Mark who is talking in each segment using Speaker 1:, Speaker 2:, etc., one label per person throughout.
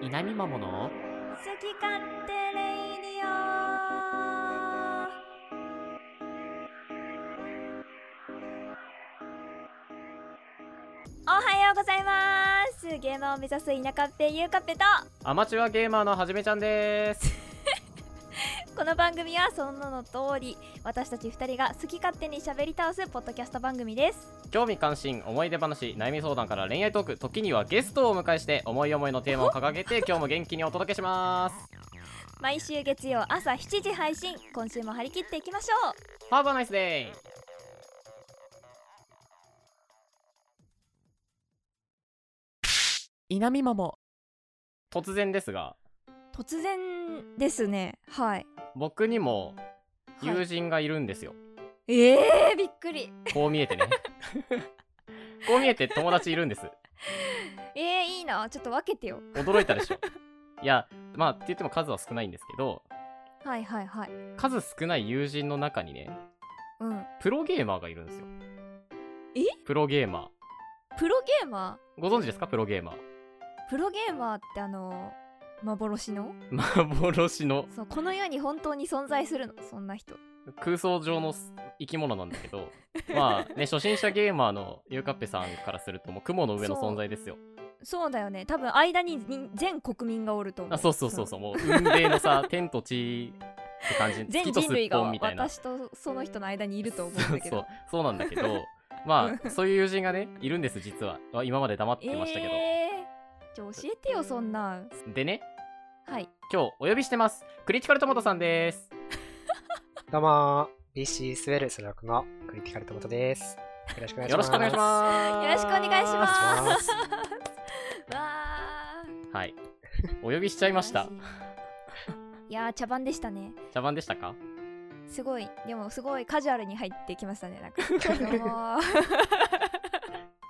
Speaker 1: 稲見桃の
Speaker 2: 好き勝手レイディオおはようございますゲーマーを目指す田舎っぺゆうかっぺと
Speaker 1: アマチュアゲーマーのはじめちゃん です。
Speaker 2: この番組はその名の通り私たち二人が好き勝手に喋り倒すポッドキャスト番組です
Speaker 1: 興味関心、思い出話、悩み相談から恋愛トーク、時にはゲストをお迎えして思い思いのテーマを掲げ て今日も元気にお届けします。
Speaker 2: 毎週月曜朝7時配信今週も張り切っていきましょう
Speaker 1: ハーバーナイスデイ
Speaker 3: 稲見桃
Speaker 1: 突然ですが、
Speaker 2: 突然ですねはい、
Speaker 1: 僕にも
Speaker 2: は
Speaker 1: 友
Speaker 2: い、
Speaker 1: 人がいるんですよ。
Speaker 2: ええー、びっくり
Speaker 1: こう見えてね。 こう見えて友達いるんです。
Speaker 2: ええー、いいなちょっと分けてよ
Speaker 1: 驚いたでしょ。いや、まあって言っても数は少ないんですけど、
Speaker 2: はいはいはい
Speaker 1: 数少ない友人の中にね、
Speaker 2: うん
Speaker 1: プロゲーマーがいるんですよ。
Speaker 2: え
Speaker 1: プロゲーマー。
Speaker 2: プロゲーマ
Speaker 1: ご存知ですかプロゲーマー。
Speaker 2: ープロゲーマーってあの幻の
Speaker 1: 幻の
Speaker 2: そうこの世に本当に存在するのそんな人
Speaker 1: 空想上の生き物なんだけ どまあね初心者ゲーマーのゆうかっぺさんからするともう雲の上の存在ですよ
Speaker 2: そうだよね多分間にに全国民がおると思う
Speaker 1: あそうそうそうそうもう運命のさ天と地って感じ
Speaker 2: 全
Speaker 1: 月とす
Speaker 2: 人類
Speaker 1: っ
Speaker 2: が
Speaker 1: ぽんみたいな
Speaker 2: 私とその人の間にいると思うんだけ
Speaker 1: そうそ
Speaker 2: ど
Speaker 1: うそうなんだけどまあそういう友人がねいるんです実はあ今まで黙ってましたけど、
Speaker 2: えー、じゃあ教えてよそんなん
Speaker 1: でね
Speaker 2: はい
Speaker 1: 今日お呼びしてますクリティカルトマトさんです
Speaker 4: どうもー、BC スウェルスラクのクリティカルトモトです。よろしくお願いし
Speaker 1: よろ
Speaker 4: ま
Speaker 1: し
Speaker 4: す。
Speaker 1: くお願いします
Speaker 2: よろしくお願いし
Speaker 4: お願い
Speaker 2: ま
Speaker 4: します
Speaker 2: わー
Speaker 1: はいお呼びしちゃいま した
Speaker 2: いやー茶番でしたね
Speaker 1: 茶番でしたか
Speaker 2: すごいでもすごいカジュアルに入ってきました ねなんかどうもー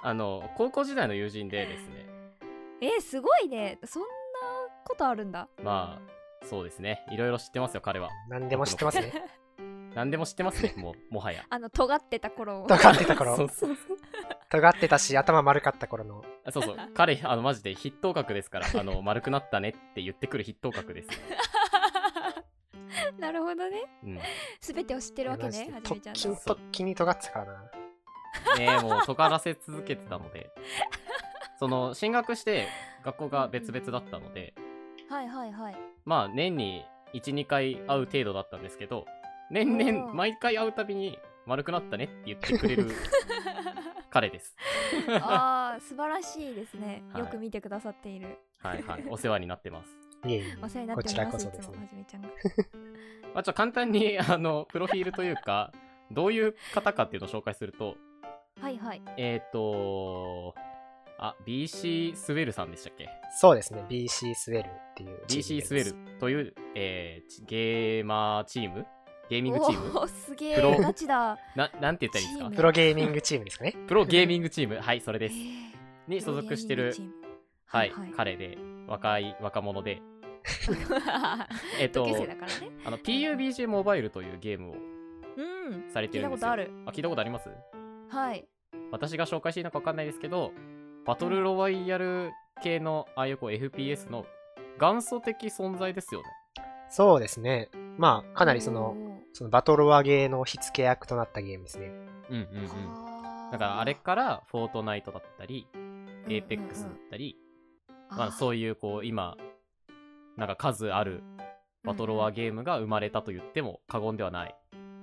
Speaker 1: あの高校時代の友人でですね
Speaker 2: えー、すごいねそんなことあるんだ
Speaker 1: まあそうですねいろいろ知ってますよ彼は
Speaker 4: 何でも知ってますね。
Speaker 1: 何でも知って ますねもうもはや
Speaker 2: あの尖ってた頃を
Speaker 4: 尖って た
Speaker 1: そ
Speaker 4: 頃
Speaker 1: う、そう
Speaker 4: 尖ってたし、頭丸かった頃の。
Speaker 1: あそうそう彼あのマジで筆頭格ですからあ の丸くなったねって言ってくる筆頭格です、
Speaker 2: なるほどね
Speaker 1: うん、ね
Speaker 2: すべてを知ってるわけねはじめちゃん
Speaker 4: 突
Speaker 2: の
Speaker 4: 起突起に尖ってたからな。
Speaker 1: えもう尖らせ続けてたのでその進学して学校が別々だったので
Speaker 2: はいは いはい
Speaker 1: まあ年に12回会う程度だったんですけど年々
Speaker 2: うん
Speaker 1: 毎回会うたびに丸くなったねって言ってくれ る彼です
Speaker 2: あー素晴らしいですね、
Speaker 1: はい
Speaker 2: よく見てくださっている
Speaker 1: はいはいお世話になってます
Speaker 4: いえいえ。
Speaker 2: お世話になっており
Speaker 4: こちら
Speaker 2: ま
Speaker 4: こ
Speaker 2: す
Speaker 4: そ
Speaker 2: い
Speaker 4: で
Speaker 2: つ
Speaker 4: す
Speaker 2: もはじめちゃんが
Speaker 1: まあ、ちょっと簡単に あのプロフィールというかどういう方かっていうのを紹介すると
Speaker 2: はいはい
Speaker 1: えっ、ー、とあ BC スウェルさんでしたっけ
Speaker 4: そうですね、BC スウェルっていうチ
Speaker 1: BC スウ
Speaker 4: ームになります。
Speaker 1: ェルという、えーチゲーマーチームゲーミングチーム
Speaker 2: おーすげ
Speaker 1: プロ
Speaker 2: えガチだ
Speaker 1: ななんて言ったらいいんです
Speaker 2: チ
Speaker 1: か
Speaker 4: プロゲーミングチームですかね。
Speaker 1: プロゲーミングチームはいそれ
Speaker 2: え
Speaker 1: です
Speaker 2: ー
Speaker 1: に所属してる
Speaker 2: プロゲーミングチーム
Speaker 1: はい、
Speaker 2: はいはい
Speaker 1: 彼で若い若者 でえっと
Speaker 2: 同級生だからね
Speaker 1: あの PUBG モバイルというゲームを
Speaker 2: うん
Speaker 1: されて
Speaker 2: 聞
Speaker 1: る
Speaker 2: いた
Speaker 1: ん
Speaker 2: こ
Speaker 1: ですよ
Speaker 2: とある
Speaker 1: あ聞いたことあります
Speaker 2: はい
Speaker 1: 私が紹介していいのか分かんないですけどバトルロワイヤル系のああいうこう FPS の元祖的存在ですよね
Speaker 4: そうですね。まあ、かなりその、そのバトロワゲーの火付け役となったゲームですね。
Speaker 1: うんうん
Speaker 2: お
Speaker 1: う
Speaker 2: ー
Speaker 1: ん
Speaker 2: はー
Speaker 1: だからあれからフォートナイトだったり
Speaker 2: うんうんうん
Speaker 1: APEX だったり、ま
Speaker 2: あ
Speaker 1: あ、
Speaker 2: ー
Speaker 1: そういうこう今なんか数あるバトロワゲームが生まれたと言っても過言ではない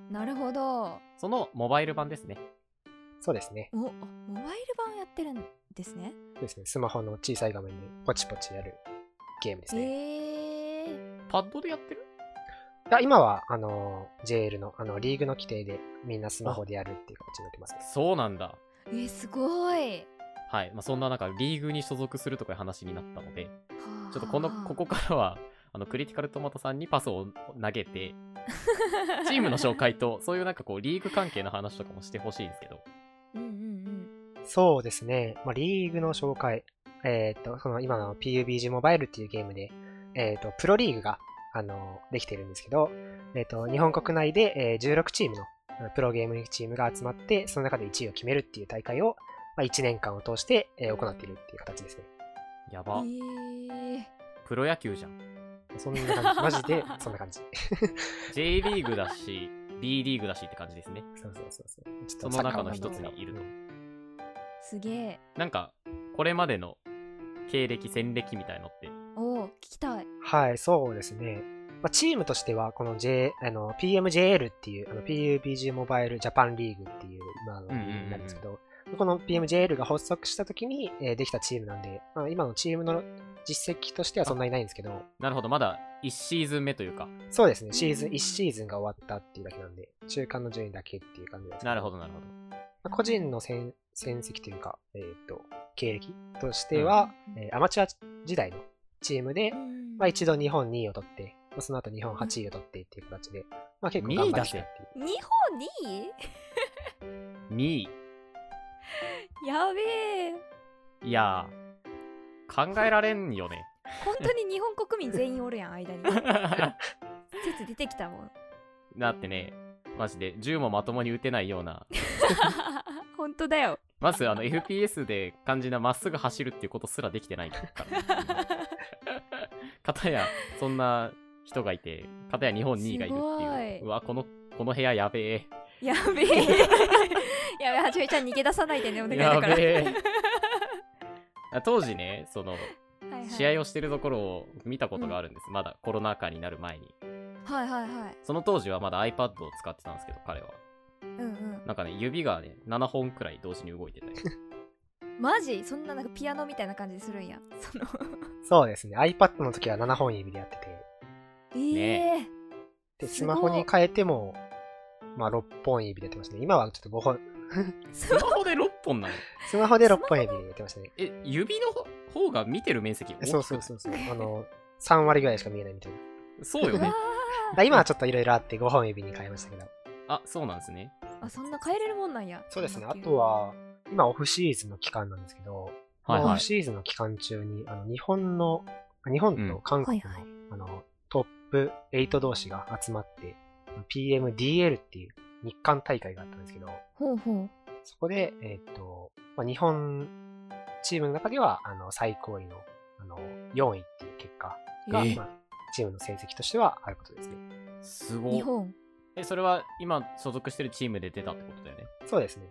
Speaker 2: なるほど
Speaker 1: そのモバイル版ですね
Speaker 4: そうですね。
Speaker 2: おあモバイル版やってるんですね
Speaker 4: そうですね。スマホの小さい画面でポチポチやるゲームですね。
Speaker 2: えー、
Speaker 1: パッドでやってる
Speaker 4: いや今は、あの、JL の、あの、リーグの規定で、みんなスマホでやるっていう形になってますね。
Speaker 1: そうなんだ
Speaker 2: えー、すごい
Speaker 1: はい、まあ、そんな中リーグに所属するとかいう話になったので
Speaker 2: はあ
Speaker 1: ちょっとこのここからはあのクリティカルトマトさんにパスを投げ てチームの紹介とそういうなんかこうリーグ関係の話とかもしてほしいんですけど
Speaker 2: うんうん
Speaker 4: そうですね。まあ、リーグの紹介。えっ、と、その今の PUBG モバイルっていうゲームで、えっ、と、プロリーグが、あの、できてるんですけど、えっ、と、日本国内で、えー16チームのあのプロゲームチームが集まって、その中で1位を決めるっていう大会を、まあ、1年間を通して、えー行っているっていう形ですね。
Speaker 1: やば
Speaker 2: うんえー、
Speaker 1: プロ野球じゃん。
Speaker 4: そんな 感じ。マジで、そんな感じ。
Speaker 1: J リーグだし、B リーグだしって感じですね。
Speaker 4: そうそうそうそう。ちょっ
Speaker 1: そ
Speaker 4: と
Speaker 1: の
Speaker 4: サッカ
Speaker 1: 中の
Speaker 4: ーなんで
Speaker 1: 一
Speaker 4: す
Speaker 1: つ
Speaker 4: けど
Speaker 1: にいると
Speaker 4: う。ん
Speaker 2: すげえ
Speaker 1: なんか、これまでの経歴、戦歴みたいのって、
Speaker 2: おお聞きたい
Speaker 4: はい、そうですね。まあ、チームとしては、この J、あの、PMJL っていう、あの、PUBG モバイルジャパンリーグっていう、今のリーグなんですけど、この PMJL が発足した時に、えーできたチームなんで、まあ、今のチームの実績としてはそんなにないんですけど、
Speaker 1: なるほど、まだ1シーズン目というか、
Speaker 4: そうですね、シーズン、1シーズンが終わったっていうだけなんで、中間の順位だけっていう感じです。
Speaker 1: なる
Speaker 4: ど。
Speaker 1: ほど、なるほど。
Speaker 4: まあ個人の戦戦績というか、えっ、と、経歴としては、
Speaker 2: うん
Speaker 4: えーアマチュア時代のチームで
Speaker 2: う、ん
Speaker 4: まあ、一度日本2位を取って、まあその後日本8位を取ってっていう形で、まあ結構頑張ってきたっていう。
Speaker 2: 日本に
Speaker 1: 2位。
Speaker 2: やべえ
Speaker 1: いやー、考えられんよ ね。
Speaker 2: 本当に日本国民全員おるやん間に説出てき たもん
Speaker 1: だってね、マジで銃もまともに撃てないような、
Speaker 2: 本当だよ
Speaker 1: まずあの FPS で肝心なまっすぐ走るっていうことすらできてないから ね。片やそんな人がいて、片や日本2位がいるってい。
Speaker 2: すごいう
Speaker 1: うわ、この、この部屋やべえ。
Speaker 2: や べえやべえはじめちゃん逃げ出さないでねお願いだ
Speaker 1: やべ
Speaker 2: から
Speaker 1: え。あ当時ね、その、
Speaker 2: はいはい
Speaker 1: 試合をしてるところを見たことがあるんです。まだコロナ禍になる前に。
Speaker 2: はいはいはい
Speaker 1: その当時はまだ iPad を使ってたんですけど、彼は。
Speaker 2: うんうん
Speaker 1: なんかね、指がね、7本くらい同時に動い てたり。
Speaker 2: マジそんななんかピアノみたいな感じするんやその
Speaker 4: そうですね、iPad の時は7本指でやってて、
Speaker 2: ええ
Speaker 1: ね
Speaker 4: で、
Speaker 2: す
Speaker 4: ス
Speaker 2: ごい
Speaker 4: マホに変えても、まあ6本指でやってましたね。今はちょっと5本、
Speaker 1: スマホで6本なの
Speaker 4: スマホで6本指でやってましたね。
Speaker 1: え、指の方が見てる面積大きくない
Speaker 4: そうそうそうそう。あの、3割ぐらいしか見えないみたいな。
Speaker 1: そうよ
Speaker 2: うわ
Speaker 1: ね。
Speaker 4: だ今はちょっといろいろあって5本指に変えましたけど。
Speaker 1: あ、そうなんですね。
Speaker 2: ーあそんな変えれるもんなんや
Speaker 4: そうですね、あ
Speaker 2: 卓球
Speaker 4: とは、今オフシーズンの期間なんですけど、
Speaker 1: はい
Speaker 4: まあオ
Speaker 1: はい
Speaker 4: フ。シーズンの期間中に、あの日本の、日本と韓国の,、
Speaker 2: うんはいはい
Speaker 4: あのトップ8同士が集まって、PMDL っていう日韓大会があったんですけど、
Speaker 2: ほうほう
Speaker 4: そこで、えーっと、まあ、日本チームの中では、あの、最高位の、あの、4位っていう結果が、
Speaker 1: えー
Speaker 4: まあチームの成績としてはあることですね。
Speaker 1: す
Speaker 2: 日
Speaker 1: ごい。
Speaker 2: 本
Speaker 1: え、それは今所属してるチームで出たってことだよね。
Speaker 4: そうですね。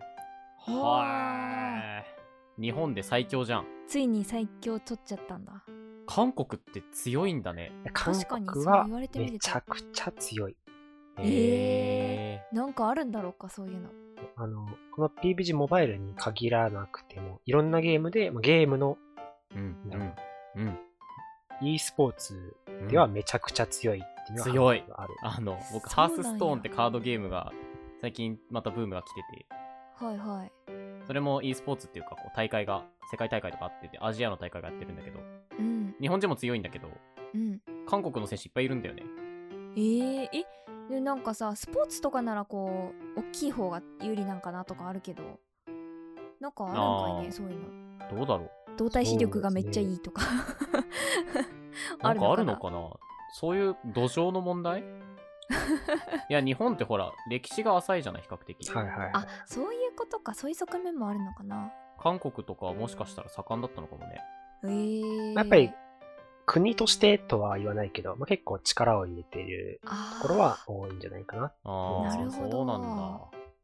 Speaker 1: はーい。日本で最強じゃん。
Speaker 2: ついに最強取っちゃったんだ
Speaker 1: 韓国って強いんだね。
Speaker 4: 韓
Speaker 2: 確かに
Speaker 4: 国
Speaker 2: そう
Speaker 4: は
Speaker 2: 言われてみ
Speaker 4: め
Speaker 2: る
Speaker 4: ち
Speaker 2: と
Speaker 4: ゃくちゃ強い。
Speaker 2: え
Speaker 1: え
Speaker 2: なんかあるんだろうかそういうの
Speaker 4: あの、この PBG モバイルに限らなくても、いろんなゲームで、まあゲームの
Speaker 1: ー。うん。うん。うん。
Speaker 4: e スポーツ
Speaker 1: うん
Speaker 4: ではめちゃくちゃ強いっていうのが
Speaker 1: 強い
Speaker 4: ある。
Speaker 1: あの、僕、
Speaker 2: そ
Speaker 1: ハ
Speaker 2: うなんや
Speaker 1: ースストーンってカードゲームが最近またブームが来てて、
Speaker 2: はいはい
Speaker 1: それも e スポーツっていうか、こう大会が、世界大会とかあってて、アジアの大会がやってるんだけど、
Speaker 2: うん
Speaker 1: 日本人も強いんだけど、
Speaker 2: うん
Speaker 1: 韓国の選手いっぱいいるんだよね。
Speaker 2: えー、えでなんかさスポーツとかならこう大きい方が有利なんかなとかあるけどなんかあるんかい
Speaker 1: あー
Speaker 2: ねそういうの
Speaker 1: どうだろ
Speaker 2: 動体視力がめっちゃいいとか
Speaker 1: うなんかあるの
Speaker 2: な
Speaker 1: かなそういう土壌の問 題いや、日本ってほら、歴史が浅いじゃない、比較的。
Speaker 4: はいはい。
Speaker 2: あそういうことかそういう側面もあるのかな
Speaker 1: 韓国とかはもしかしたら盛んだったのかもね。
Speaker 2: えー、
Speaker 4: やっぱり国としてとは言わないけど、まあ、結構力を入れている
Speaker 2: あー
Speaker 4: ところは多いんじゃないかな。
Speaker 1: ああ、
Speaker 4: なる
Speaker 2: ほど
Speaker 1: そうなんだ。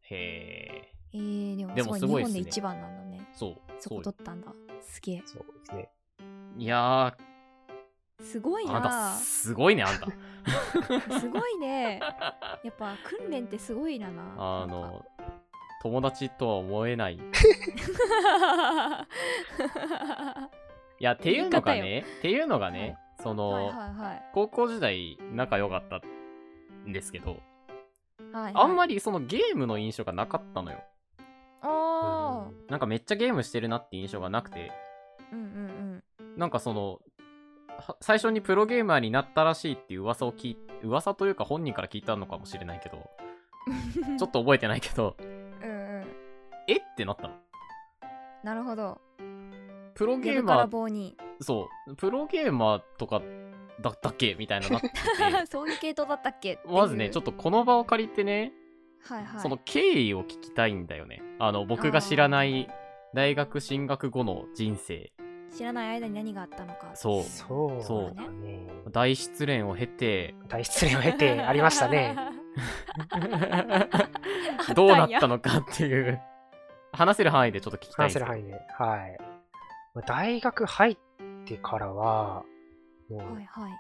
Speaker 1: へえ。
Speaker 2: えー、でも
Speaker 1: ですも
Speaker 2: ごい
Speaker 1: すごい
Speaker 2: 日
Speaker 1: っすね
Speaker 2: 本で一番なんだね
Speaker 1: そう。そ
Speaker 2: そこ
Speaker 1: う
Speaker 2: 取
Speaker 1: よ
Speaker 2: ったんだすげえ
Speaker 4: そうですね。
Speaker 1: いや
Speaker 2: すごい
Speaker 1: ー、あんた
Speaker 2: な
Speaker 1: すごいね、あんた。
Speaker 2: すごいねやっぱ訓練ってすごいなな
Speaker 1: あ
Speaker 2: なんか
Speaker 1: の、友達とは思えない。いや、っていうのが
Speaker 2: 言
Speaker 1: ね、っていうのが
Speaker 2: は
Speaker 1: ね
Speaker 2: い、
Speaker 1: その、
Speaker 2: はいはいはい
Speaker 1: 高校時代仲良かったんですけど、
Speaker 2: はいはい、
Speaker 1: あんまりそのゲームの印象がなかったのよ。
Speaker 2: あー
Speaker 1: なんかめっちゃゲームしてるなって印象がなくて、
Speaker 2: うんうん
Speaker 1: なんかその、は最初にプロゲーマーになったらしいっていう噂を聞い、噂というか本人から聞いたのかもしれないけど、
Speaker 2: うん
Speaker 1: ちょっと覚えてないけど、
Speaker 2: うんうん
Speaker 1: えってなったの。
Speaker 2: なるほど
Speaker 1: プロゲ
Speaker 2: ゲ
Speaker 1: ー
Speaker 2: ーか
Speaker 1: マ
Speaker 2: ら
Speaker 1: ー、
Speaker 2: 棒に
Speaker 1: そう、プロゲーマーとかだったっけみたいななって て、
Speaker 2: そういう系統だったっけ
Speaker 1: まずね、ちょ
Speaker 2: っ
Speaker 1: っとこの場を借りてね、
Speaker 2: とはいはい
Speaker 1: その経緯を聞きたいんだよね。あの、僕が知らない大学進学後の人生。
Speaker 2: 知らない間に何があったのか
Speaker 1: そう
Speaker 4: そう
Speaker 1: そう
Speaker 4: だね。
Speaker 1: 大失恋を経 て
Speaker 4: 大失恋を経てありましたね。
Speaker 1: どうなったのかっていう話せる範囲でちょっと聞きたいん
Speaker 4: 話
Speaker 1: ですけ
Speaker 4: せる
Speaker 1: ど
Speaker 4: 範囲で。はい。まあ大学入ってからは、も
Speaker 2: は
Speaker 4: う
Speaker 2: いはい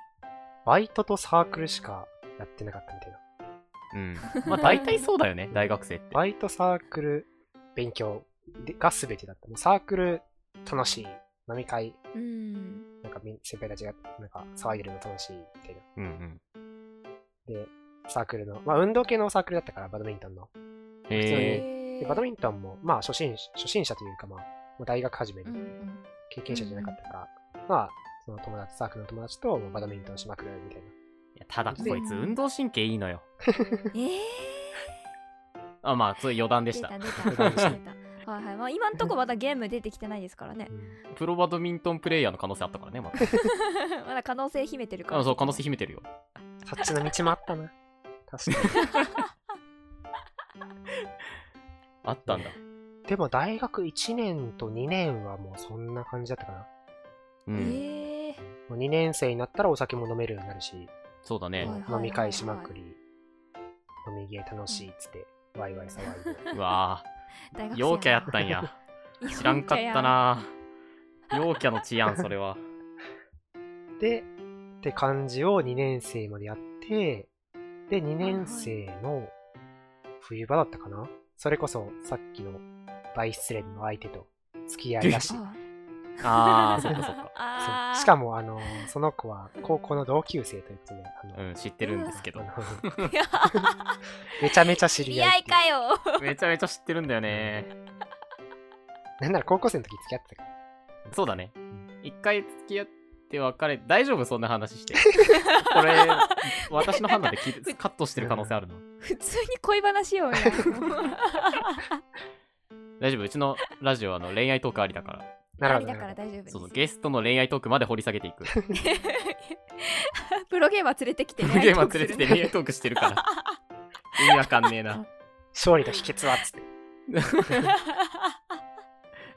Speaker 4: バイトとサークルしかやってなかったみたいな。
Speaker 1: うんまあ大体そうだよね 大学生って
Speaker 4: バイト、サークル、勉強でが全てだった。もうサークル楽しい。飲み会、
Speaker 2: うん
Speaker 4: なんかみん先輩たちがなんか騒げるの楽しいみたいな。
Speaker 1: うんうん
Speaker 4: で、サークルの、まあ運動系のサークルだったから、バドミントンの。
Speaker 1: へえ
Speaker 4: でバドミントンも、まあ初心初心者というか、まあ、もう大学始め
Speaker 2: うんう
Speaker 4: る
Speaker 2: ん
Speaker 4: 経験者じゃなかったから、まあ、その友達、サークルの友達ともうバドミントンしまくるみたいな。
Speaker 1: ただこいつ運動神経いいのよ
Speaker 2: ええ
Speaker 1: あまあそれ余談でし
Speaker 2: 出
Speaker 1: た
Speaker 2: た出た出 た出た はいはいまあ今んとこまだゲーム出てきてないですからね
Speaker 1: プロバドミントンプレイヤーの可能性あったからねま
Speaker 2: まだ可能性秘めてるか
Speaker 1: あ
Speaker 2: ら
Speaker 1: あそう可能性秘めてるよ
Speaker 4: そっちの道もあった な。確かに。
Speaker 1: あったんだ
Speaker 4: でも大学1年と2年はもうそんな感じだったか
Speaker 1: う
Speaker 4: な。
Speaker 1: ん
Speaker 2: ええ
Speaker 4: もう2年生になったらお酒も飲めるようになるし、
Speaker 1: そうだね
Speaker 2: はいはいはい
Speaker 4: 飲み会しまくり、飲みゲー楽しいっつって、ワイワイ騒いで。
Speaker 1: うわ
Speaker 2: 大
Speaker 1: ー
Speaker 2: 学生
Speaker 1: 陽キャやったん や
Speaker 2: な
Speaker 1: 知らんかった
Speaker 2: 陽キャや
Speaker 1: な陽キャの治安それ は
Speaker 4: で、って感じを2年生までやって、で、2年生の冬場だったかなそれこそさっきの大失恋の相手と付き合いだし、
Speaker 1: あ
Speaker 2: あ
Speaker 1: あそっかそっか
Speaker 2: あー
Speaker 4: しかも、あの、その子は高校の同級生ということで、あの、
Speaker 1: うん知ってるんですけど
Speaker 4: あの
Speaker 2: いや
Speaker 4: めちゃめちゃ知り
Speaker 2: 見
Speaker 4: 合い
Speaker 2: 合
Speaker 4: っ
Speaker 2: い
Speaker 4: ていう
Speaker 2: かよ
Speaker 1: めちゃめちゃ知ってるんだよね
Speaker 4: なんなら高校生の時付き合ってたから。
Speaker 1: そうだね。一回付き合って別れ、大丈夫そんな話 して。これ、私の判断で 聞いてカットしてる可能性あるの。
Speaker 2: 普通に 恋話をや
Speaker 1: 大丈夫うちのラジオはあの恋愛トークありだから。
Speaker 4: な
Speaker 2: な
Speaker 4: るほど
Speaker 2: だから大丈夫です
Speaker 1: そうそう、ゲストの恋愛トークまで掘り下げていく。
Speaker 2: プロゲーマー連れてきて
Speaker 1: プロゲーマー連れて て恋愛トークしてるから。意味わかんねえな。
Speaker 4: 勝利の秘訣はっつって。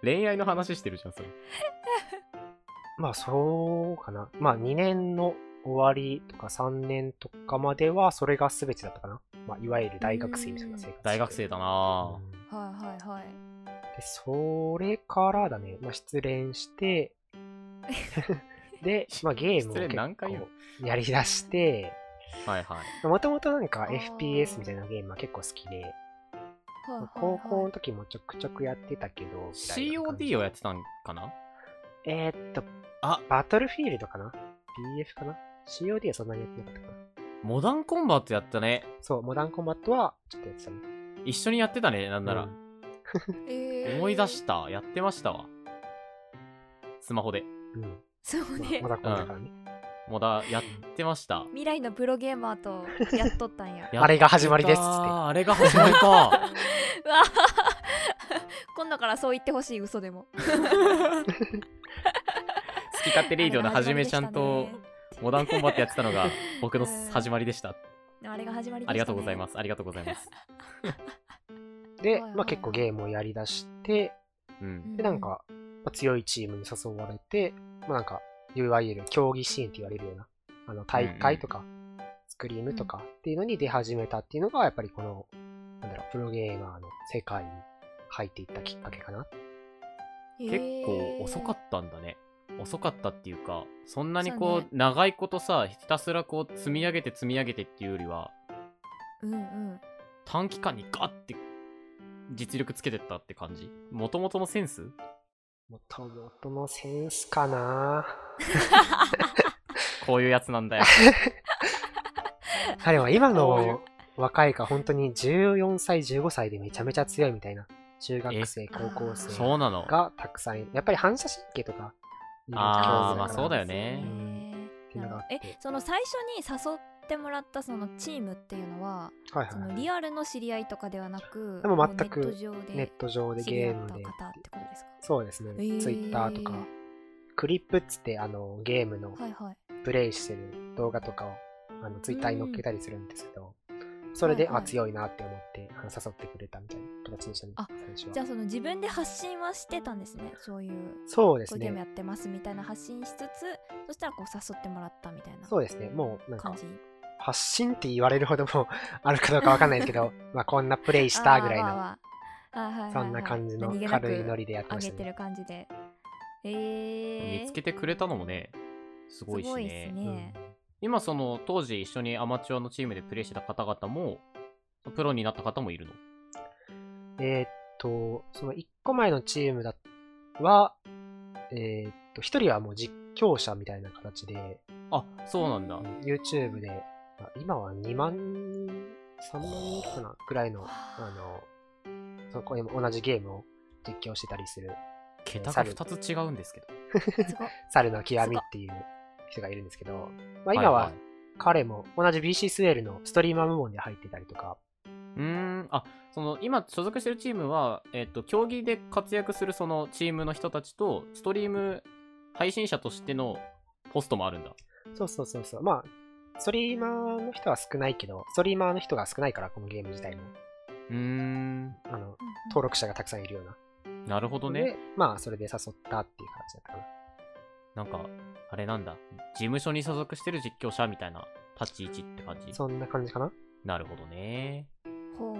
Speaker 1: 恋愛の話してるじゃん、それ。
Speaker 4: まあ、そうかな。まあ、2年の終わりとか3年とかまでは、それが全てだったかな。まあ、いわゆる大学生みたいな生活。
Speaker 1: 大学生だ
Speaker 4: う
Speaker 1: なん
Speaker 2: はい はいはい
Speaker 4: で、それからだね、まあ、失恋して、で、まあ、ゲーム を
Speaker 1: 失恋何回言う
Speaker 4: 結構やりだして、
Speaker 1: ぁ。はいはい。
Speaker 4: もともとなんか
Speaker 2: あー
Speaker 4: FPS みたいなゲームは結構好きで、
Speaker 2: はいはい
Speaker 4: ま
Speaker 2: は
Speaker 4: あ
Speaker 2: い
Speaker 4: 高校の時もちょくちょくやってたけど、
Speaker 1: COD をや
Speaker 4: っ
Speaker 1: ってたんかな
Speaker 4: えーっと、
Speaker 1: あ
Speaker 4: バトルフィールドかな ?BF かな ?COD はそんなにやってなかったかな
Speaker 1: モダンコンバットやったね。
Speaker 4: そう、モダンコンバットはちょっとやってたね。
Speaker 1: 一緒にやってたね、なんなら
Speaker 4: うん。
Speaker 2: えー
Speaker 1: 思い出した。やってましたわ。スマホで。
Speaker 4: うん。
Speaker 2: そう
Speaker 4: ま
Speaker 2: ね
Speaker 4: あモダコンだからね。
Speaker 1: モダやってました。
Speaker 2: 未来のプロゲーマーとやっとっ たんや
Speaker 1: や
Speaker 4: あれが始まりですっつって
Speaker 1: あーあれが始まり か。
Speaker 2: うわ今度からそう言ってほしい嘘でも
Speaker 1: 好き勝手レイディオのはじめちゃんとモダンコンバットやってたの が僕の始まりでした。
Speaker 2: あれが始まりでしたね
Speaker 1: ありがとうございますす。ありがとうございます。
Speaker 2: は
Speaker 4: で
Speaker 2: いはい、
Speaker 4: まあ結構ゲームをやりだして、
Speaker 1: うん。
Speaker 4: で、なんか、まあ強いチームに誘われて、まあなんか、いわゆる競技シーンって言われるような、あの、大会とか、スクリームとかっていうのに出始めたっていうのが、やっぱりこの、なんだろう、プロゲーマーの世界に入っていったきっかけかな。
Speaker 1: 結構遅か
Speaker 2: っ
Speaker 1: ったんだね。遅かったっていうか、そんなに
Speaker 2: そう
Speaker 1: こ
Speaker 2: ね
Speaker 1: う、長いことさ、ひたすらこう、積み上げて積み上げてっていうよりは、
Speaker 2: たうんうん
Speaker 1: 短期間にガッて実力つけてったって感じ。もともとのセンス
Speaker 4: もともとのセンスかな
Speaker 1: こういうやつなん だよ。
Speaker 4: あでも今
Speaker 1: そういう
Speaker 4: の若いか本当に14歳15歳でめちゃめちゃ強いみたいな中学生
Speaker 1: え
Speaker 4: 高校
Speaker 2: あ
Speaker 1: そ
Speaker 4: 生
Speaker 1: うなの。
Speaker 4: がたくさんやっぱり反射神経とか
Speaker 1: あー
Speaker 4: いろいろ
Speaker 1: まあそうだよね
Speaker 2: うん
Speaker 4: っていうのがあって
Speaker 2: えその最初に誘ってもらったそのチームっていうのは
Speaker 4: はい
Speaker 2: そ
Speaker 4: は
Speaker 2: の
Speaker 4: い
Speaker 2: リアルの知り合いとかではなく
Speaker 4: でも全く
Speaker 2: ネット上で
Speaker 4: ネット上で
Speaker 2: 知り
Speaker 4: ゲ
Speaker 2: 合
Speaker 4: ー
Speaker 2: っ
Speaker 4: ム
Speaker 2: た方っ
Speaker 4: で
Speaker 2: てことですか
Speaker 4: そうですね
Speaker 2: えー
Speaker 4: ツイッターとかクリップっつってあのゲームの
Speaker 2: はいはい
Speaker 4: プレイしてる動画とかをあのツイッターに載っけたりするんですけどそれで
Speaker 2: はいは
Speaker 4: あ
Speaker 2: い
Speaker 4: 強いなって思ってあの誘ってくれたみたいな形でしたね、
Speaker 2: あ
Speaker 4: 最
Speaker 2: じ
Speaker 4: 初
Speaker 2: ゃ
Speaker 4: は。
Speaker 2: あその自分で発信はしてたんですねそういう
Speaker 4: そうで
Speaker 2: こ
Speaker 4: す
Speaker 2: ういうゲームや
Speaker 4: ね。
Speaker 2: ってますみたいな発信しつつそしたらこう誘ってもらったみたいな
Speaker 4: そうですね。もう、なんか
Speaker 2: 感、じ
Speaker 4: 発信って言われるほども あるかどうかわかんないです けど、まあ、こんなプレイしたぐらい
Speaker 2: あー
Speaker 4: の、
Speaker 2: わーわーあーはいはいはい
Speaker 4: そんな感じの
Speaker 2: 何気なく
Speaker 4: 軽いノリでやって
Speaker 2: 上
Speaker 4: まし
Speaker 2: げ
Speaker 4: た
Speaker 2: て
Speaker 4: ね。
Speaker 2: る感じでえー、
Speaker 1: 見つけてくれたのもね、すごいし
Speaker 2: すごいっ
Speaker 1: ね。
Speaker 2: すね、
Speaker 1: 今、その当時一緒にアマチュアのチームでプレイしてた方々も、プロになった方もいるの。
Speaker 4: うんえーっと、その1個前のチームだは、えーっと、1人はもう実況者みたいな形で、
Speaker 1: あ、そうなんだ。
Speaker 4: YouTube で、まあ今は2万人、3万人かなくらいの、あの、そこにも同じゲームを実況してたりする、
Speaker 1: 桁が
Speaker 4: 猿
Speaker 1: 2つ違うんですけど。
Speaker 2: すごい
Speaker 4: 猿の極みっていう人がいるんですけど、まあ、今はい
Speaker 1: い
Speaker 4: 彼も同じ BC スウェールのストリーマー部門で入ってたりとか、
Speaker 1: うーん、あ、その今所属してるチームは、えっと、競技で活躍するそのチームの人たちと、ストリーム配信者としてのポストもあるんだ。
Speaker 4: そうそうそうそう、まあ、ストリーマーの人は少ないけど、ストリーマーの人が少ないから、このゲーム自体も、
Speaker 1: うーん、
Speaker 4: あの、
Speaker 2: うんうん
Speaker 4: 登録者がたくさんいるような。
Speaker 1: なるほど
Speaker 4: で
Speaker 1: ね。
Speaker 4: まあ、それで誘ったっていう感じだったか
Speaker 1: な
Speaker 4: な。
Speaker 1: んか、あれなんだ。事務所に所属してる実況者みたいな立ち位置って感じ。
Speaker 4: そんな感じかな
Speaker 1: なるほどね。
Speaker 2: ほ う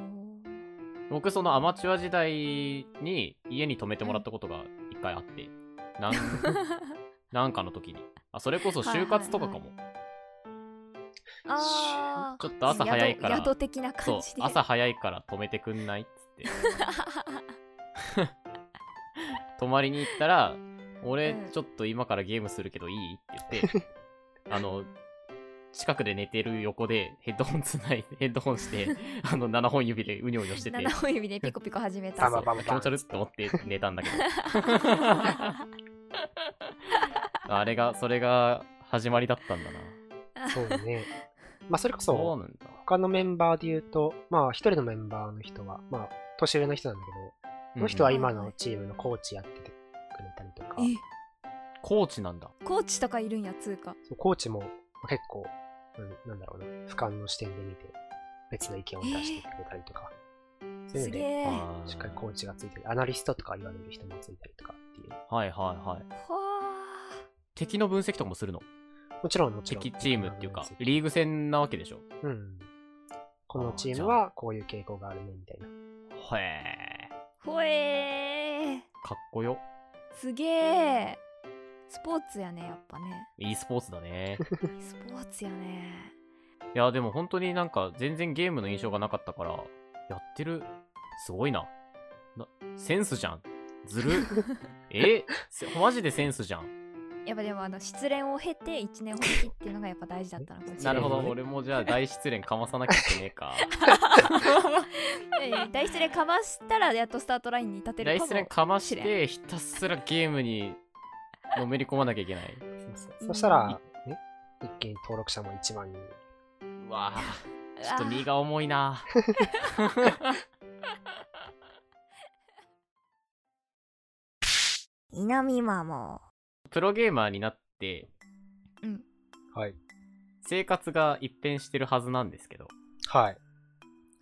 Speaker 1: 僕、そのアマチュア時代に家に泊めてもらったことが一回あって、 なんなんかの時に。あ、それこそ就活とかかも。
Speaker 2: あー
Speaker 1: ちょっと朝早いから
Speaker 2: 宿宿的な
Speaker 1: そ
Speaker 2: 感
Speaker 1: う
Speaker 2: じで、
Speaker 1: 朝早いから泊めてくんないっつって。 泊まりに行ったら、俺
Speaker 2: うん
Speaker 1: ちょっと今からゲームするけどいいって 言って、あの、近くで寝てる横でヘッドホンつないで、ヘッドホンして、あの、7本指でうにょうにょしてて、
Speaker 2: 7本指でピコピコ始めた
Speaker 4: バ
Speaker 1: そ
Speaker 4: バ
Speaker 1: う
Speaker 4: バババ
Speaker 1: 気持ち悪いって思って寝たんだけど。 あれが、それが始まりだったんだな。
Speaker 4: そう ね。まあ、それこそ、
Speaker 1: そうなんだ。
Speaker 4: 他のメンバーで言うと、まあ、一人のメンバーの人は、まあ、年上の人なんだけど、この人は
Speaker 1: うんうん
Speaker 4: 今のチームのコーチやっててくれたりとか、
Speaker 2: え
Speaker 1: コーチなんだ。
Speaker 2: コーチとかいるんやつうか
Speaker 4: そうコーチも結構、うんなんだろうな、俯瞰の視点で見て、別の意見を出してくれたりとか、そういう
Speaker 2: す
Speaker 4: の
Speaker 2: げ
Speaker 4: で、
Speaker 2: えは
Speaker 1: あー
Speaker 4: しっかりコーチがついてる、アナリストとか言われる人もついたりとかっていう。
Speaker 1: はいはいはい。
Speaker 2: あ
Speaker 1: 敵の分析とかもするの
Speaker 4: もちろん、もちろん。
Speaker 1: 敵チームっていうか、
Speaker 4: 敵
Speaker 1: リーグ戦なわけでしょ。
Speaker 4: うん。このチームはこういう傾向があるね、みたいな。
Speaker 1: へえ。
Speaker 2: ほえー
Speaker 1: かっこよ。
Speaker 2: すげえスポーツやねやっぱね
Speaker 1: e スポーツだ ね。
Speaker 2: スポーツやね
Speaker 1: いや、でも本当になんか全然ゲームの印象がなかったから、やってる、すごいな。なセンスじゃん。ず る。えせマジでセンスじゃん。
Speaker 2: やっぱでもあの失恋を経て一年放棄っていうのがやっぱ大事だったのか もしれ
Speaker 1: な
Speaker 2: な
Speaker 1: る
Speaker 2: い
Speaker 1: ほど。
Speaker 4: うん
Speaker 1: 俺もじゃあ大失恋かまさなきゃいけねえか。
Speaker 2: えー大失恋かましたら やっとスタートラインに立てる
Speaker 1: 大
Speaker 2: かも
Speaker 1: 失恋かまし
Speaker 2: 試練
Speaker 1: て、ひたすらゲームにのめり込まなきゃいけない。
Speaker 2: うん
Speaker 4: そしたら、ね、一気に登録者も1万人。
Speaker 1: うわぁ、ちょっと
Speaker 2: うわー
Speaker 1: 身が重いな。
Speaker 2: 南マも
Speaker 1: プロゲーマーになって、
Speaker 2: うん
Speaker 4: はい。
Speaker 1: 生活が一変してるはずなんですけど、
Speaker 4: はい。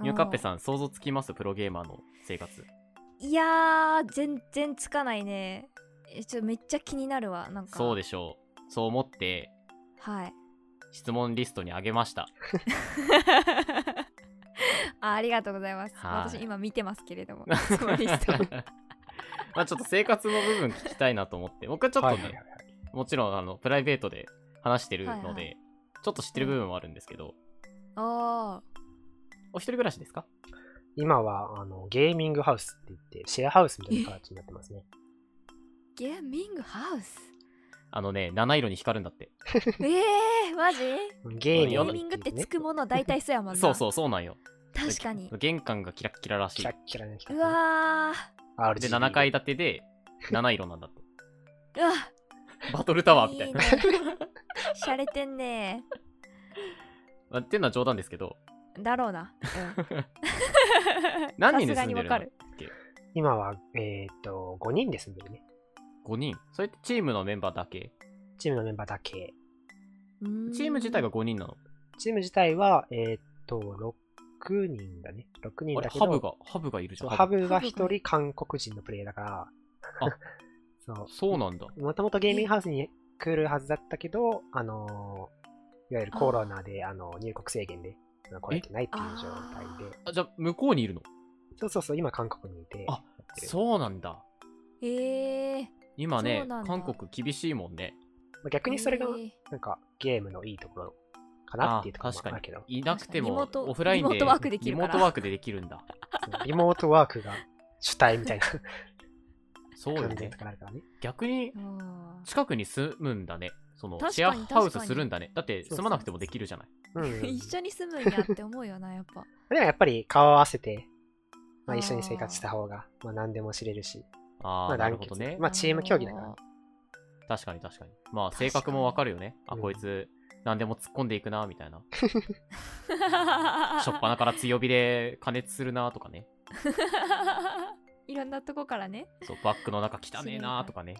Speaker 1: ニューカッペさん、想像つきますプロゲーマーの生活。
Speaker 2: いやー全然つかないねえちょっとめっちゃ気になるわなんか
Speaker 1: そうでしょう。そう思って、
Speaker 2: はい
Speaker 1: 質問リストにあげました。
Speaker 2: あありがとうございます
Speaker 1: はい
Speaker 2: 私今見てますけれども その リスト
Speaker 1: まあちょっと生活の部分聞きたいなと思って、僕はちょっとね、
Speaker 4: はいはいはいはい
Speaker 1: もちろんあのプライベートで話してるので、
Speaker 2: はいはい
Speaker 1: ちょっと知ってる部分もあるんですけど、
Speaker 2: おー
Speaker 1: お一人暮らしですか
Speaker 4: 今はあのゲーミングハウスって言って、シェアハウスみたいな形になってますね。
Speaker 2: ゲーミングハウス
Speaker 1: あのね、七色に光るんだって。
Speaker 2: えー、マジ
Speaker 4: ゲーミ
Speaker 2: ゲ
Speaker 4: ン
Speaker 2: ー
Speaker 4: グ
Speaker 2: ミングってつくもの大体そうやもんな
Speaker 1: そうそうそうなんよ。
Speaker 2: 確かに
Speaker 1: 玄関がキラッキラらし
Speaker 4: キ
Speaker 1: い
Speaker 4: ラ。ッキラね。
Speaker 2: うわ
Speaker 4: ー
Speaker 1: で、7階。建てで、七色なんだって。
Speaker 2: ーうわ
Speaker 1: バトルタワーみたいな。
Speaker 2: いいねしゃれてんね
Speaker 1: まあっていうのは冗談ですけど、
Speaker 2: だろうな、うん
Speaker 1: 何人で
Speaker 2: さ
Speaker 1: 住
Speaker 2: すが
Speaker 1: ん
Speaker 2: に
Speaker 1: で
Speaker 2: わ
Speaker 1: るん
Speaker 2: か
Speaker 1: だっ
Speaker 2: る
Speaker 1: け
Speaker 4: 今は、えーっと、5人で住んでるね。
Speaker 1: 5人それってチームのメンバーだけ
Speaker 4: チームのメンバーだけ。
Speaker 2: うーん
Speaker 1: チーム自体が5人なの
Speaker 4: チーム自体は、えーっと、 6人だね。6人
Speaker 1: あ
Speaker 4: だ
Speaker 1: れ、
Speaker 4: け
Speaker 1: ハ
Speaker 4: ど。
Speaker 1: ブが、ハブがいるじ
Speaker 4: そ
Speaker 1: ゃ。
Speaker 4: うんハブ
Speaker 2: ハ
Speaker 4: が
Speaker 2: ブが
Speaker 4: 一人韓国人のプレイヤーだから。
Speaker 1: あ
Speaker 4: そ
Speaker 1: そうなんだ。
Speaker 4: う。もともとゲーミングハウスに来るはずだったけど、あのーいわゆるコロナで、あの、入国制限で、あの来れてないっていう状態で。
Speaker 1: あじゃあ、向こうにいるの
Speaker 4: そうそうそう、今韓国にいて。
Speaker 1: あそうなんだ。
Speaker 2: ええ
Speaker 1: 今ね
Speaker 2: そうなん、だ
Speaker 1: 韓国厳しいもんね。
Speaker 4: まあ逆にそれが、
Speaker 2: ええ
Speaker 4: なんか、ゲームのいいところかな
Speaker 1: あ
Speaker 4: っていうところも
Speaker 1: 確か
Speaker 4: あ
Speaker 1: に
Speaker 4: るけど。。
Speaker 1: いなくて
Speaker 2: リ
Speaker 1: も
Speaker 2: モー、ト
Speaker 1: オフラインで
Speaker 2: リモートワークできるから
Speaker 1: リモートワークでできるんだ。
Speaker 4: そうリモートワークが主体みたいな
Speaker 1: そうよ
Speaker 4: 感じ
Speaker 1: ね
Speaker 4: と。かあるからね。
Speaker 1: 逆に、
Speaker 2: あー
Speaker 1: 近くに住むんだね。その、
Speaker 2: 確かに
Speaker 1: シェアハウス
Speaker 2: 確かに
Speaker 1: するんだね。だって、
Speaker 4: そうそう
Speaker 1: 住まなくてもできるじゃない。
Speaker 4: うん、うん。
Speaker 2: 一緒に住むんやって思うよな、やっぱ。
Speaker 4: でもやっぱり顔を合わせて、まあ、
Speaker 2: あー
Speaker 4: 一緒に生活した方が、まあ、何でも知れるし、
Speaker 1: あ
Speaker 4: ま
Speaker 1: あ、
Speaker 4: あ、
Speaker 1: な
Speaker 4: 団
Speaker 1: るほど
Speaker 4: 結、
Speaker 1: ね。
Speaker 4: まあ、チーム競技だから
Speaker 2: あ。
Speaker 1: 確かに確かに。まあ、
Speaker 2: 確かに
Speaker 1: 性格もわかるよね。あ、
Speaker 4: うん
Speaker 1: こいつ、何でも突っ込んでいくな、みたいな。
Speaker 2: ー
Speaker 1: しょっぱなから強火で加熱するな、とかね。
Speaker 2: いろんなとこからね。
Speaker 1: そう、バッグの中汚ねえな、とかね。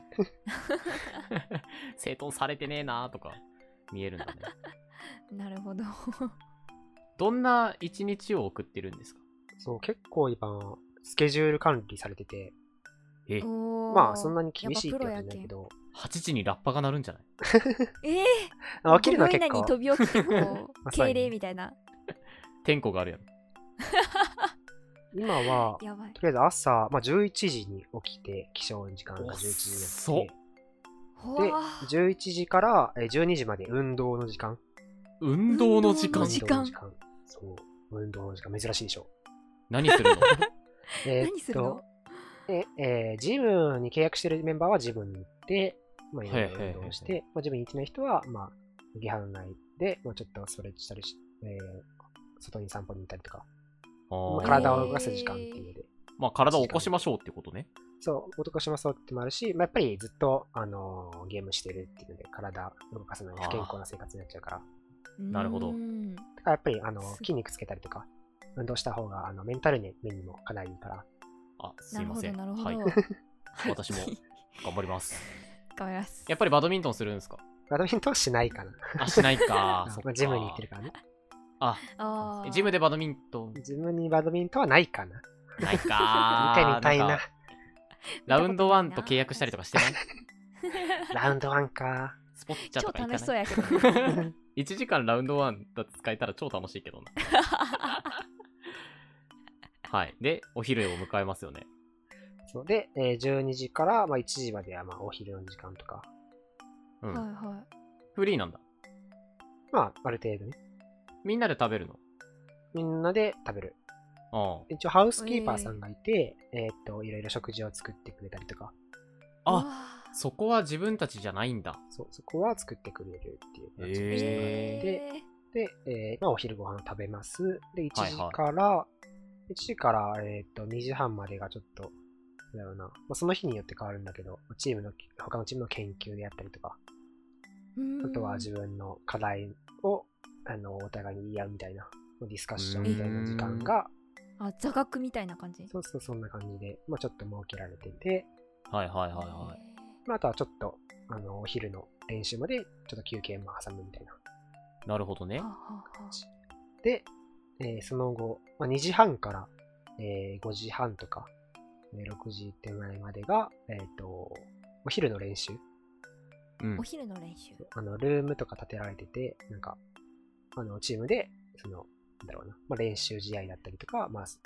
Speaker 1: 整頓されてねえな、とか、見えるんだね。
Speaker 2: なるほど。
Speaker 1: どんな一日を送ってるんですか
Speaker 4: そう、結構今、スケジュール管理されてて、
Speaker 1: え、8
Speaker 4: まあ、そんなに厳しいっ
Speaker 2: やってぱプ
Speaker 4: わ
Speaker 2: ロや
Speaker 4: けじゃない
Speaker 2: け
Speaker 4: け
Speaker 2: ん。
Speaker 4: ど、
Speaker 1: 時にラッパが鳴るんじゃない
Speaker 2: ええ
Speaker 4: あ起きるのは
Speaker 2: 5
Speaker 4: 結
Speaker 2: 秒以内に
Speaker 4: 構、
Speaker 2: 飛び起きて こう、
Speaker 4: 浅い
Speaker 2: 敬
Speaker 4: ね
Speaker 2: 礼みたいな。
Speaker 1: 天候があるやん。
Speaker 4: 今は、
Speaker 2: やばい
Speaker 4: と。りあえず朝、まあ、11時に起きて、起床の時間が11時になって、
Speaker 2: ほ
Speaker 4: で
Speaker 2: わー
Speaker 4: 11時からえー12時まで運動の時間。
Speaker 1: 運動の時間
Speaker 2: 運動の時間
Speaker 4: そう。運動の時間、珍しいでしょ。
Speaker 1: 何 するの
Speaker 4: えーっと
Speaker 2: 何するの
Speaker 4: で、えージムに契約してるメンバーはジムに行って、まあ、いろいろ運動をし
Speaker 1: はいはいはいは
Speaker 4: て、まあ、ジムに行ってない人は、まあ、麦飯内で、まあ、ちょっとストレッチしたりし、えー外に散歩に行ったりとか、
Speaker 1: あ
Speaker 4: まあ、
Speaker 1: ー
Speaker 4: 体を動かす時間っていうので、
Speaker 1: まあ、体を起こしましょうってことね。
Speaker 4: そう、動かしますってもあるし、まあ、やっぱりずっと、あのーゲームしてるっていうので、体動かさない不健康な生活になっちゃうから、
Speaker 1: なるほど
Speaker 2: うん
Speaker 4: だからやっぱり、あの
Speaker 2: す
Speaker 4: 筋肉つけたりとか、運動した方が、あの、メンタル面にもかなりいいから、
Speaker 1: あ、す
Speaker 2: ないる
Speaker 1: ま
Speaker 2: ほ
Speaker 1: せ
Speaker 2: ど、
Speaker 1: ん。
Speaker 2: なるほど。
Speaker 1: はい。 私も頑張ります。
Speaker 2: 頑張ります。
Speaker 1: やっぱりバドミントンするんですか
Speaker 4: バドミントンしないかな。。
Speaker 1: あ、しないかそ っ
Speaker 4: ま
Speaker 1: か
Speaker 4: あ、ジムに行ってるからね。
Speaker 1: あ、
Speaker 2: あー
Speaker 1: ジムでバドミントン
Speaker 4: ジムにバドミントンはないかな。
Speaker 1: ない か
Speaker 4: 見てみたい
Speaker 1: ん
Speaker 4: な
Speaker 1: か。ラウンドワンと契約したりとかして ない
Speaker 4: ラウンドワンか。
Speaker 1: スポッチャ
Speaker 2: 超
Speaker 1: とか行かな
Speaker 2: 楽
Speaker 1: い
Speaker 2: しそうやけどね。
Speaker 1: 1時間ラウンドワンだって使えたら超楽しいけど な。はい。で、お昼を迎えますよね。
Speaker 4: そうで、えー12時から、まあ、1時までは、まあ、お昼の時間とか、
Speaker 1: うん。
Speaker 2: はいは
Speaker 1: フリーなんだ。
Speaker 4: まあ、ある程度ね、
Speaker 1: みんなで食べるの。
Speaker 4: みんなで食べる。
Speaker 1: あ
Speaker 4: 一応、ハウスキーパーさんがいて、えーっと、いろいろ食事を作ってくれたりとか、
Speaker 1: あ
Speaker 2: あ
Speaker 1: あ。そこは自分たちじゃないんだ。
Speaker 4: そうそこは作ってくれるっていう感じ
Speaker 1: へ
Speaker 4: で
Speaker 1: ー
Speaker 4: してもらって、
Speaker 2: え
Speaker 4: で、えーまあ、お昼ご飯を食べます。で、1
Speaker 1: はい
Speaker 4: 時から、1時から、えーっと、2時半までがちょっと、なんだろうな、まあ、その日によって変わるんだけど、チームの、他のチームの研究であったりとか、あとは自分の課題を、あの、お互いに言い合うみたいな、ディスカッションみたいな時間が、
Speaker 2: あ座学みたいな感じ
Speaker 4: そうそう、そんな感じで、まあちょっと設けられてて、
Speaker 1: はいはいはいはい。
Speaker 4: まああとはちょっと、あの、お昼の練習まで、ちょっと休憩も挟むみたいな。
Speaker 1: なるほどね
Speaker 2: はあ。はあはあ
Speaker 4: で、えーその後、まあ、2時半から、えー5時半とか、えー6時手前までが、えっ、と、お昼の練習。
Speaker 1: うん
Speaker 2: お。昼の練習
Speaker 4: あの、ルームとか建てられてて、なんか、あの、チームで、その、なんだろうな、まあ、練習試合だったりとか、まあ、そ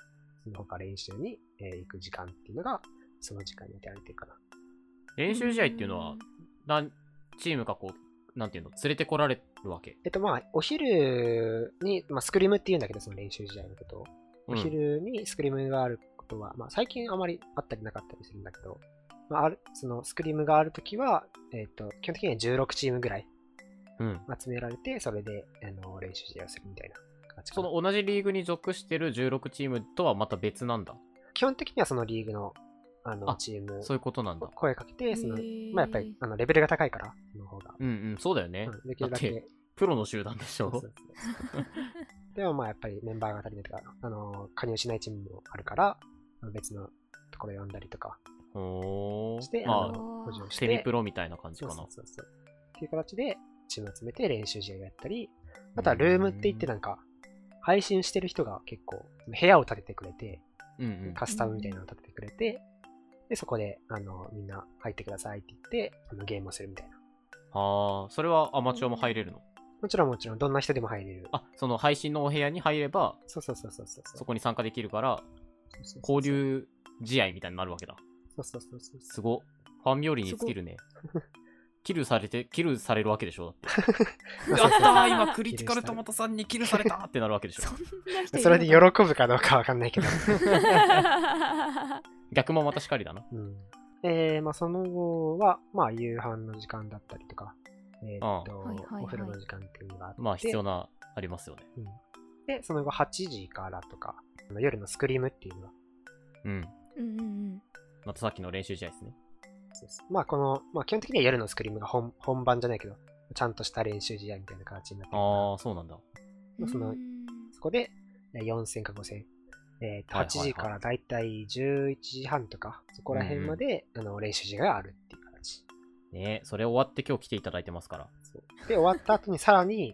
Speaker 4: その他練習に、えー行く時間っていうのが、その時間に当てられてるかな。
Speaker 1: 練習試合っていうのは、なんチームがこう、なんていうの、連れてこられるわけ。
Speaker 4: えっと、まあ、お昼に、まあ、スクリームっていうんだけど、その練習試合のことを。
Speaker 1: う
Speaker 4: お
Speaker 1: ん
Speaker 4: 昼にスクリームがあることは、まあ、最近あまりあったりなかったりするんだけど、まあ、あるそのスクリームがあるときは、えっと、基本的には16チームぐらい
Speaker 1: うん。
Speaker 4: 集められて、それで、あの、練習試合をするみたいな形か
Speaker 1: そ
Speaker 4: な。
Speaker 1: の同じリーグに属してる16チームとはまた別なんだ。
Speaker 4: 基本的にはそのリーグの、あの、
Speaker 1: あ
Speaker 4: チーム、
Speaker 1: そういうことなんだ。
Speaker 4: 声かけて、その、
Speaker 2: へー
Speaker 4: まあ、やっぱり、あの、レベルが高いから、その方が。
Speaker 1: うんうん、そうだよね
Speaker 4: うん。できるだ
Speaker 1: だっ
Speaker 4: け。
Speaker 1: プロの集団でし
Speaker 4: そ
Speaker 1: ょ
Speaker 4: うそう そう でもまあやっぱりメンバーが足りないとか、あの、加入しないチームもあるから、別のところ呼んだりとか
Speaker 1: ほ
Speaker 4: して、
Speaker 1: ー。
Speaker 4: あの
Speaker 1: まあ、
Speaker 4: 補助をして。
Speaker 1: セミプロみたいな感じ
Speaker 4: そう
Speaker 1: か
Speaker 4: そ
Speaker 1: な
Speaker 4: う。そうそう。っていう形で、チームを集めて練習試合をやったり、あとはルームって言ってなんか、配信してる人が結構、部屋を建ててくれて、
Speaker 1: うんうん。
Speaker 4: カスタムみたいなのを建ててくれて、で、そこで、あの、みんな入ってくださいって言って、あのゲームをするみたいな。
Speaker 1: ああ、それはアマチュアも入れるの
Speaker 4: もちろんもちろん、どんな人でも入れる。
Speaker 1: あ、その配信のお部屋に入れば、
Speaker 4: そうそうそうそうそう
Speaker 1: そこに参加できるから、
Speaker 4: そう
Speaker 1: 交。流試合みたいになるわけだ。
Speaker 4: そうそうそうそう。
Speaker 1: すご。ファン冥利に尽きるね。キルされて、キルされるわけでしょだって
Speaker 4: ま
Speaker 1: やっ
Speaker 4: あそうそう
Speaker 1: た ー今、クリティカルトマトさんにキルされたーってなるわけで しょ
Speaker 2: そ。んな人いるのか
Speaker 4: それで喜 ぶかどうかわかんないけど。
Speaker 1: 逆もまたしかりだな。
Speaker 4: うん。えー、まあその後は、まあ夕飯の時間だったりとか、えーっと、
Speaker 2: はいはいはい
Speaker 4: お風呂の時間っていうのがあって、
Speaker 1: まあ、必要な、ありますよね。
Speaker 4: で、その後8時からとか、あの夜のスクリームっていうのが、
Speaker 1: うん。
Speaker 2: うんうん
Speaker 1: またさっきの練習試合ですね。
Speaker 4: そうそうまあこの、まあ基本的には夜のスクリームが本本番じゃないけど、ちゃんとした練習試合みたいな形になってるから
Speaker 1: ああ、そうなんだ。
Speaker 2: う
Speaker 4: まあ
Speaker 2: ん。
Speaker 4: そ
Speaker 2: う
Speaker 4: の
Speaker 2: ん
Speaker 4: そこでえー4000か5000。えーと、
Speaker 1: はいはいはい
Speaker 4: 8時からだいたい11時半とか、そこら辺まで、あの練習試合があるっていう形。
Speaker 1: ねえそれ終わって今日来ていただいてますから。
Speaker 4: そうで、終わった後にさらに、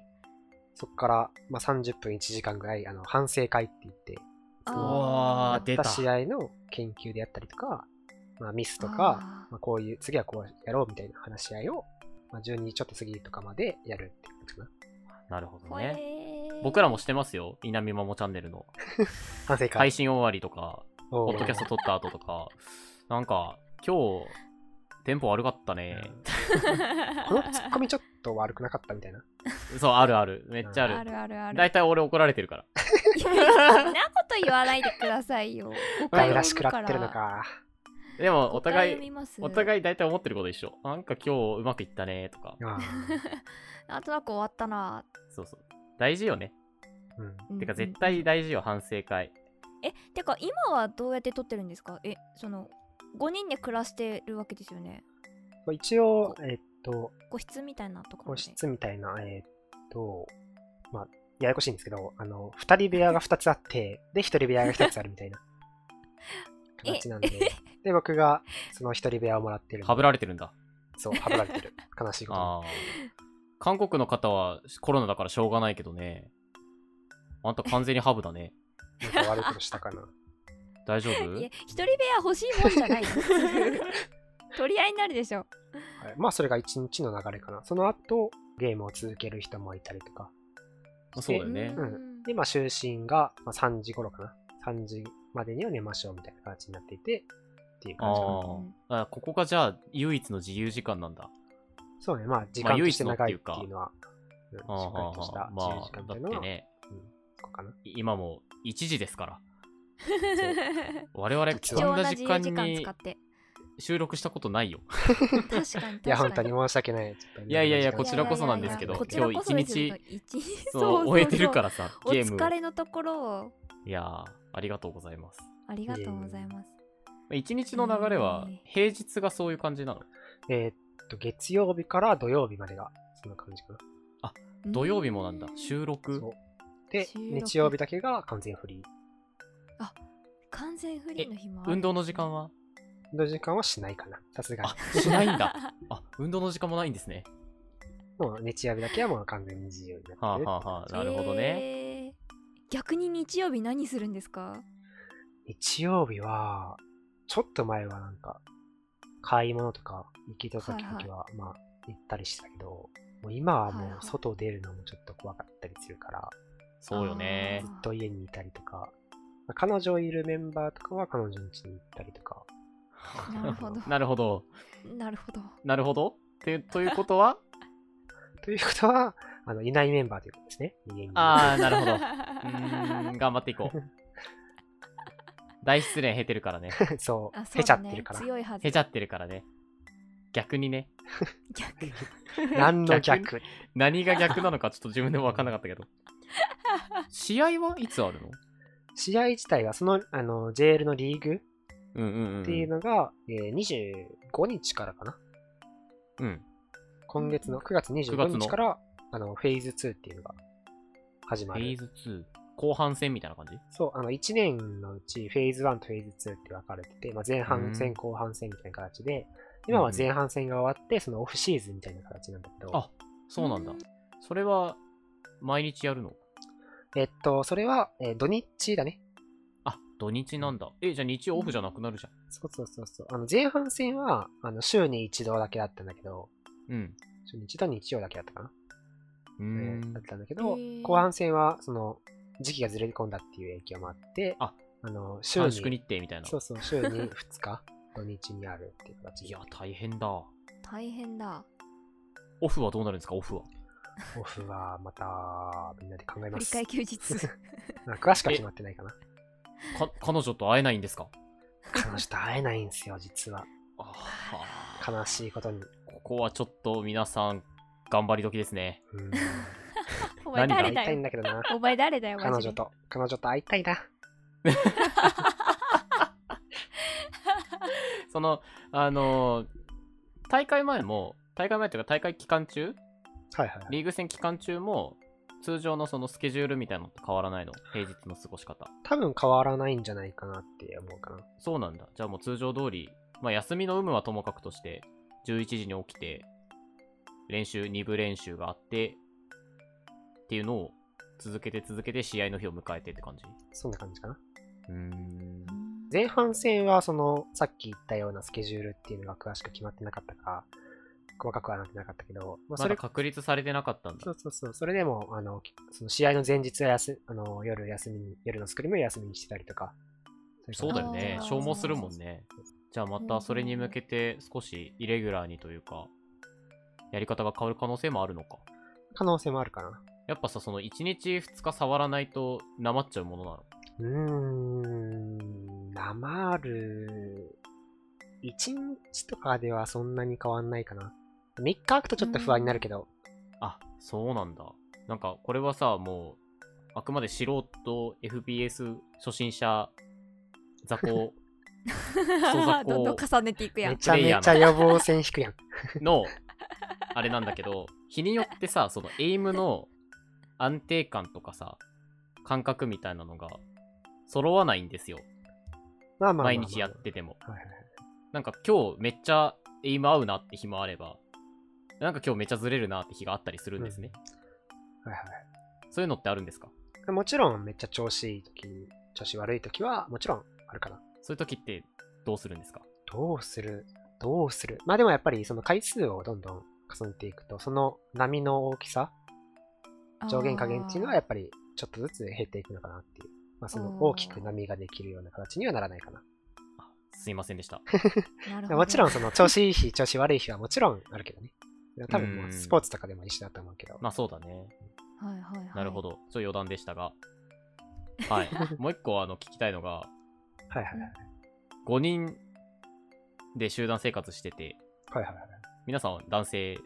Speaker 4: そこから、まあ、30分1時間ぐらい、あの、反省会って言って、
Speaker 2: あ
Speaker 1: う
Speaker 2: ー
Speaker 1: わー、出。
Speaker 4: やったた試合の研究であったりとか、まあ、ミスとか、
Speaker 2: あー
Speaker 4: まあ、こういう、次はこうやろうみたいな話し合いを、まあ、12ちょっと過ぎとかまでやるっていうかな。
Speaker 1: なるほど
Speaker 2: ほえ
Speaker 1: ね。
Speaker 2: ー
Speaker 1: 僕らもしてますよ。稲見まもチャンネルの。
Speaker 4: 反省
Speaker 1: 配
Speaker 4: 会。
Speaker 1: 信終わりとか、
Speaker 4: お
Speaker 1: ポ
Speaker 4: ー
Speaker 1: ッドキャスト撮った後とか、なんか、今日、テンポ悪かったね。
Speaker 4: このツッコミちょっと悪くなかったみ たいな。
Speaker 1: そう、あるある。めっちゃあ
Speaker 2: あ
Speaker 1: る。
Speaker 2: るあるあ る
Speaker 1: 大体俺怒られてるから。
Speaker 2: いやそんなこと言わないでくださいよ誤
Speaker 4: ガ
Speaker 2: 解
Speaker 4: イ
Speaker 2: を
Speaker 4: ら
Speaker 2: 生
Speaker 4: し
Speaker 2: む
Speaker 4: く
Speaker 2: から
Speaker 4: らってるの か。
Speaker 1: でも、お
Speaker 2: 誤解を
Speaker 1: 互
Speaker 2: 生
Speaker 1: い、
Speaker 2: みます
Speaker 1: お互い大体思ってること一緒。なんか今日うまくいったねとか。
Speaker 4: あ
Speaker 2: なんとなく終わったな
Speaker 1: そうそう。大事よね。
Speaker 4: ーうん
Speaker 2: うん
Speaker 1: てか、
Speaker 2: うん
Speaker 1: 絶対大事よ、反省会。
Speaker 2: えてか今はどうやって撮ってるんですかえその5人で暮らしてるわけですよね
Speaker 4: まあ一応、えーっと、
Speaker 2: 個室みたいなところ
Speaker 4: 個
Speaker 2: で
Speaker 4: 室みたいな、えーっと、まあ、ややこしいんですけど、あの、二人部屋が二つあって、で、一人部屋が一つあるみたいな
Speaker 2: え
Speaker 4: 形なんで、で、僕がその一人部屋をもらってるんで。
Speaker 1: はぶられてるんだ。
Speaker 4: そう、はぶられてる。悲しいこと
Speaker 1: ああ。韓国の方はコロナだからしょうがないけどね。あんた完全にハブだね。
Speaker 4: に。なんか悪いことしたかな。
Speaker 1: 大丈
Speaker 2: いや
Speaker 1: 夫
Speaker 2: 一人部屋欲しいもんじゃないよ 取り合いになるでしょ
Speaker 4: はいまあ、それが一日の流れかな。その後、ゲームを続ける人もいたりとか。
Speaker 1: あそうだよね。
Speaker 4: うん で、まあ、就寝が、まあ、3時頃かな。3時までには寝ましょうみたいな形になっていて、っていう感じかな。
Speaker 1: あああ、ここがじゃあ唯一の自由時間なんだ。
Speaker 4: そうね、まあ、時
Speaker 1: まあ
Speaker 4: 間と
Speaker 1: 唯
Speaker 4: し
Speaker 1: 一
Speaker 4: て
Speaker 1: のっ
Speaker 4: 長
Speaker 1: て
Speaker 4: い
Speaker 1: いう
Speaker 4: って
Speaker 1: か
Speaker 4: いうのは、うんしっ
Speaker 1: ああ
Speaker 4: かりとした
Speaker 1: ああ
Speaker 4: 自由
Speaker 1: ま
Speaker 4: 時
Speaker 1: あ、
Speaker 4: 間っ
Speaker 1: だ
Speaker 4: ていうの
Speaker 1: って
Speaker 4: は、
Speaker 1: ね、
Speaker 4: ここかな。
Speaker 1: 今も1時ですから。
Speaker 2: うん
Speaker 1: 我々
Speaker 2: 貴
Speaker 1: こ
Speaker 2: 重
Speaker 1: ん
Speaker 2: な
Speaker 1: な
Speaker 2: 自
Speaker 1: 時
Speaker 2: 由
Speaker 1: 間
Speaker 2: 時間
Speaker 1: に
Speaker 2: 使って
Speaker 1: 収録したことないよ。
Speaker 2: 確かに確かに
Speaker 4: いや、本当に申し訳ない。ちょっとね
Speaker 1: いやいやいや
Speaker 4: 時間
Speaker 1: こちらこそなんですけど
Speaker 2: いやいやいやこちらこそですよ
Speaker 1: 今
Speaker 2: 一日
Speaker 1: そう
Speaker 2: そうそうそ う
Speaker 1: 終えてるからさ、
Speaker 2: お
Speaker 1: ゲーム
Speaker 2: 疲
Speaker 1: を。
Speaker 2: れのところを
Speaker 1: いやー、ありがとうございます。
Speaker 2: ありがとうございます
Speaker 1: 一日の流れは
Speaker 2: えー、
Speaker 1: 平日がそういう感じなの。
Speaker 4: えーっと、月曜日から土曜日までが、そんな感じかな。
Speaker 1: 土曜日もなんだ、収録
Speaker 4: そう。で、
Speaker 2: 収録
Speaker 4: 日曜日だけが完全フリー。
Speaker 2: 完全フリーの日もある
Speaker 1: 運動の時間は
Speaker 4: 運動時間はしないかな。さすがに
Speaker 1: あ。、しないんだ。あ、運動の時間もないんですね。
Speaker 4: もう日曜日だけはもう完全に自由になってる。
Speaker 1: はあはあはあ、なるほどね。
Speaker 2: ね、逆に日曜日何するんで すか
Speaker 4: 日曜日は、ちょっと前はなんか、買い物とか行きた時
Speaker 2: はいはい
Speaker 4: 々は、まあ、行ったりしたけど、もう今は
Speaker 2: はい
Speaker 4: も
Speaker 2: はいう
Speaker 4: 外出るのもちょっと怖かったりするから、
Speaker 1: そうよね
Speaker 4: ず。っと家にいたりとか、まあ彼女いるメンバーとかは彼女の家に行ったりとか、
Speaker 2: なるほど
Speaker 1: なるほど。
Speaker 2: なるほど
Speaker 1: なるほど。てということは
Speaker 4: ということは、 あの、いないメンバーということですね。家に。
Speaker 1: ああ、なる ほど。うー
Speaker 2: あ
Speaker 1: ん、頑張っていこう。大失恋減ってるからね。
Speaker 4: そう。
Speaker 2: そうだね
Speaker 4: へちゃってるから。
Speaker 2: 強いはず
Speaker 1: 減っちゃってるからね。逆にね。
Speaker 2: 逆に
Speaker 4: 何の逆
Speaker 1: 何が逆なのかちょっと自分でも分かんなかった けど。試合はいつあるの
Speaker 4: 試合自体は、その、あの、JL のリーグ
Speaker 1: うんうんうん。
Speaker 4: っていうのが、えー25日からかな。
Speaker 1: うん。
Speaker 4: 今月の9月
Speaker 1: 9
Speaker 4: 25
Speaker 1: 月の
Speaker 4: 日から、あの、フェーズ2っていうのが始
Speaker 1: フ
Speaker 4: ま
Speaker 1: ェ
Speaker 4: る
Speaker 1: ー。ズ2。後半戦みたいな感じ
Speaker 4: そう、あの、1年のうち、フェーズ1とフェーズ2って分かれてて、まあ、前半
Speaker 1: う
Speaker 4: 戦、
Speaker 1: ん
Speaker 4: 後半戦みたいな形で、今は前半戦が終わって、そのオフシーズンみたいな形なんだけど、
Speaker 1: あそうなんだ。それは、毎日やるの
Speaker 4: えっと、それは、えー土日だね。
Speaker 1: あ、土日なんだ。え、じゃあ日曜オフじゃなくなるじゃ
Speaker 4: そうそうそうそう。あの前半戦は、あの週に一度だけだったんだけど、
Speaker 1: ん。うん。
Speaker 4: 週に一度は日曜だけだったかな、
Speaker 1: うー
Speaker 4: えー
Speaker 1: ん
Speaker 4: だっ。たんだけど
Speaker 2: へ、ー
Speaker 4: 後半戦は、その、時期がずれ込んだっていう影響もあって、
Speaker 1: あ
Speaker 4: の、週
Speaker 1: 短縮
Speaker 4: に、
Speaker 1: 日程みたいな
Speaker 4: そ。うそう、週に2日、 土日にあるっていう形
Speaker 1: い
Speaker 4: で
Speaker 1: や、、大変だ。
Speaker 2: 大変だ。
Speaker 1: オフはどうなるんですか、オフは。
Speaker 4: オフはまた、みんなで考えま
Speaker 2: 振り
Speaker 4: す。
Speaker 2: 替え休日。
Speaker 4: まあ詳しくは決まってないかな。
Speaker 1: か彼女と会えないんですか
Speaker 4: 彼女と会えないんですよ、実は。
Speaker 1: あー
Speaker 4: 悲しいことに。
Speaker 1: ここはちょっと皆さん、頑張り時ですね。
Speaker 4: うん。
Speaker 2: お前
Speaker 1: 何が
Speaker 2: 誰
Speaker 4: 会い
Speaker 2: だ
Speaker 4: たいん
Speaker 2: よ。
Speaker 4: だけどな。
Speaker 2: お前誰だよ、マジ
Speaker 4: 彼
Speaker 2: で
Speaker 4: 女。と、彼女と会いたいな。
Speaker 1: その、あのー大会前も、大会前というか大会期間中、
Speaker 4: はいはいはい。
Speaker 1: リーグ戦期間中も、通常のそのスケジュールみたいなのと変わらないの、平日の過ごし方。
Speaker 4: 多分変わらないんじゃないかなって思うかな。
Speaker 1: そうなんだ。じゃあもう通常通り、まあ休みの有無はともかくとして、11時に起きて、練習、2部練習があって、っていうのを続けて続けて試合の日を迎えてって感じ。
Speaker 4: そんな感じかな。
Speaker 1: うーん。
Speaker 4: 前半戦はその、さっき言ったようなスケジュールっていうのが詳しく決まってなかったから、細かくはなってなかったけど、まあ、
Speaker 1: ま
Speaker 4: そ
Speaker 1: だ
Speaker 4: れ、
Speaker 1: 確立されてなかったんだ
Speaker 4: そ。うそうそう、それでも、あの、その試合の前日はやすあの夜休みに、夜のスクリームを休みにしてたりとか。い
Speaker 1: そう
Speaker 4: 感
Speaker 1: だ
Speaker 4: じ
Speaker 1: よね
Speaker 2: あ。ー
Speaker 1: 消耗するもんね。じゃあまたそれに向けて少しイレギュラーにというか、やり方が変わる可能性もあるのか。
Speaker 4: 可能性もあるかな。
Speaker 1: やっぱさ、その1日2日触らないとなまっちゃうものなの。
Speaker 4: うーん、なまる、1日とかではそんなに変わんないかな。3日空くとちょっと不安になるけど、
Speaker 1: あ、そうなんだ。なんかこれはさ、もう、あくまで素人 FBS 初心者雑魚 そうだこう
Speaker 2: どんどん重ねていくや
Speaker 4: め
Speaker 2: ん。
Speaker 4: ちゃめちゃ予防線引くやん。
Speaker 1: の、あれなんだけど、日によってさ、そのエイムの安定感とかさ、感覚みたいなのが揃わないんですよ。
Speaker 4: まあまあまあまあ
Speaker 1: 毎日やってても。
Speaker 4: はいはいはい
Speaker 1: なんか今日めっちゃエイム合うなって日もあれば、なんか今日めっちゃずれるなって日があったりするんですね。
Speaker 4: はいはい
Speaker 1: そういうのってあるんですか
Speaker 4: はい。もちろんめっちゃ調子いい時調子悪い時はもちろんあるかな。
Speaker 1: そういう時ってどうするんですか
Speaker 4: どうするどうするまあでもやっぱりその回数をどんどん重ねていくと、その波の大きさ、上限加減っていうのはやっぱりちょっとずつ減っていくのかなっていう。まあその大きく波ができるような形にはならないかな。
Speaker 1: あすいませんで した。
Speaker 2: ぱ
Speaker 4: もちろん
Speaker 2: そ
Speaker 4: その調子いい日、調子悪い日はもちろんあるけどね。多分もううんスポーツとかでも一緒だと思うけど。
Speaker 1: まあそうだね。
Speaker 2: の。はいはいはい。
Speaker 1: なるほ。ど。ちょっと余談でした が。はい。もう一個あの聞きたいのが、
Speaker 4: はいはいはい。
Speaker 1: 5人で集団生活してて、
Speaker 4: はいはいはい。
Speaker 1: 皆さんは男性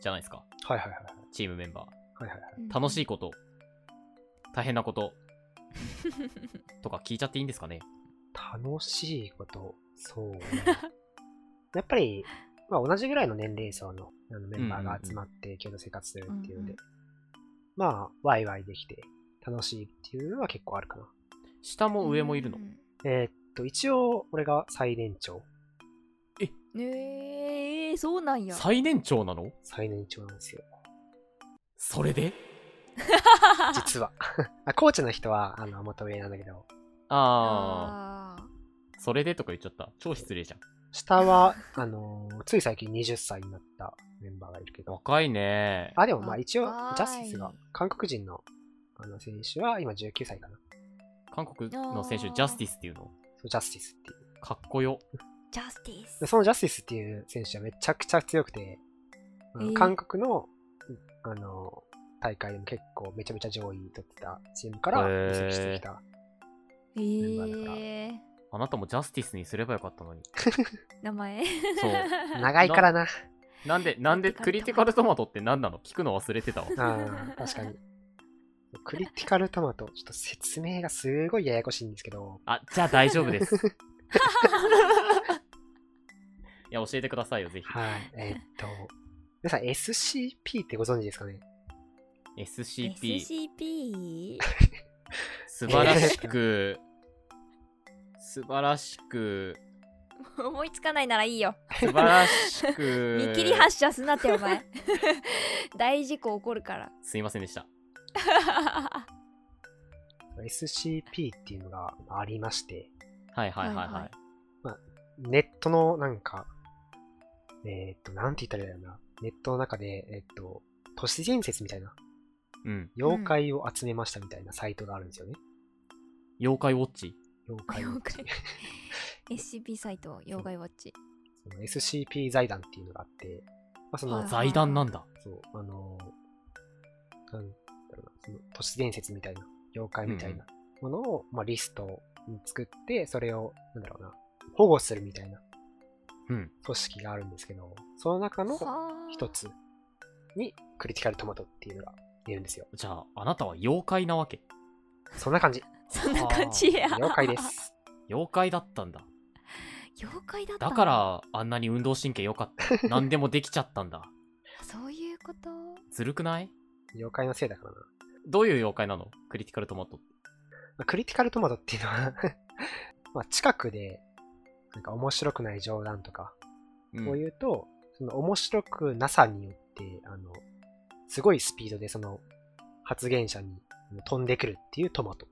Speaker 1: じゃないですか。
Speaker 4: はいはいはい
Speaker 1: チームメンバ
Speaker 4: はいはいはい。
Speaker 1: ー。楽し
Speaker 2: い。
Speaker 1: いこと、大変なこととか聞いちゃっていいんですかね
Speaker 4: 楽しいこと、そうね。 やっぱり、まあ、同じぐらいの年齢層のあのメンバーが集まって共同生活するっていうので、
Speaker 2: うんうん
Speaker 4: まあ、ワイワイできて楽しいっていうのは結構あるかな。
Speaker 1: 下も上もいるの。
Speaker 4: えーっと、一応、俺が最年長。
Speaker 2: えー、そうなんや。
Speaker 1: 最年長なの
Speaker 4: 最年長なんですよ。
Speaker 1: それで
Speaker 4: 実は。 あコーチの人は、あの、元上なんだけど、
Speaker 1: あ
Speaker 2: あー
Speaker 1: あ、それでとか言っちゃった。超失礼じゃん。
Speaker 4: 下は、 あのーつい最近20歳になったメンバーがいるけど、
Speaker 1: 若いね。
Speaker 4: あ、でもまあ一応
Speaker 2: 若い、
Speaker 4: ジャスティスが、韓国人のあの選手は今19歳かな。
Speaker 1: 韓国の選手、
Speaker 2: あー
Speaker 1: ジャスティスっていうの。
Speaker 4: そうジャスティスっていう。
Speaker 1: かっこよ。
Speaker 2: ジャスティス
Speaker 4: で。そのジャスティスっていう選手はめちゃくちゃ強くて、あの
Speaker 2: えー
Speaker 4: 韓国のあの大会でも結構めちゃめちゃ上位取ってたチームから移籍してきた。
Speaker 2: え
Speaker 4: メンバーだから
Speaker 2: ー、
Speaker 1: あなたもジャスティスにすればよかった のに。
Speaker 2: 名前。
Speaker 1: そう。
Speaker 4: 長いからな。
Speaker 1: なんで、なんでクリティカルトマトって何なの聞くの忘れてたわ。
Speaker 4: あー確かに。クリティカルトマト、ちょっと説明がすごいややこしいんですけど、
Speaker 1: あ、じゃあ大丈夫です。いや、教えてくださいよ、ぜ
Speaker 4: はい。えーっと、皆さん SCP ってご存知ですかね
Speaker 1: ひ。SCP、
Speaker 2: SCP?
Speaker 1: 素晴らしく、素晴らしく、
Speaker 2: 思いつかないならいいよ。
Speaker 1: 素晴らしく、
Speaker 2: 見切り発車すなってお前。 大事故起こるから。
Speaker 1: すいませんでした。
Speaker 4: SCP っていうのがありまして、
Speaker 1: はいはいはいはい。
Speaker 2: はいはい
Speaker 4: ネットのなんか、えーっと、なんて言ったらいいんだろうな。ネットの中で、えーっと、都市伝説みたいな、
Speaker 1: うん。
Speaker 4: 妖怪を集めましたみたいなサイトがあるんですよね。
Speaker 1: 妖怪ウォッチ。
Speaker 4: 妖怪
Speaker 2: 妖
Speaker 4: を。
Speaker 2: 怪 SCP サイト妖怪ウォッチ
Speaker 4: その SCP 財団っていうのがあって、まあ、その、
Speaker 2: はい
Speaker 1: 財団なんだ。
Speaker 4: そう、あのーなんだろうな、その都市伝説みたいな、妖怪みたいなものを、まあ、リストを作って、それを、なんだろうな、保護するみたいな
Speaker 1: うん。
Speaker 4: 組織があるんですけど、その中の
Speaker 2: はあ
Speaker 4: 一つにクリティカルトマトっていうのがいるんですよ。
Speaker 1: じゃあ、あなたは妖怪なわけ。
Speaker 4: そんな感じ。
Speaker 2: そんな感じや
Speaker 4: 妖怪です。
Speaker 1: 妖怪だったんだ。
Speaker 2: 妖怪だった
Speaker 1: だ
Speaker 2: の
Speaker 1: から、あんなに運動神経良か った。何でもできちゃったんだ。
Speaker 2: そういうこと
Speaker 1: ずるくない
Speaker 4: 妖怪のせいだからな。
Speaker 1: どういう妖怪なのクリティカルトマトって。
Speaker 4: まあクリティカルトマトっていうのは、 まあ、近くで、なんか面白くない冗談とか、
Speaker 1: うん
Speaker 4: こう言うと、その面白くなさによって、あの、すごいスピードでその発言者に飛んでくるっていうトマト。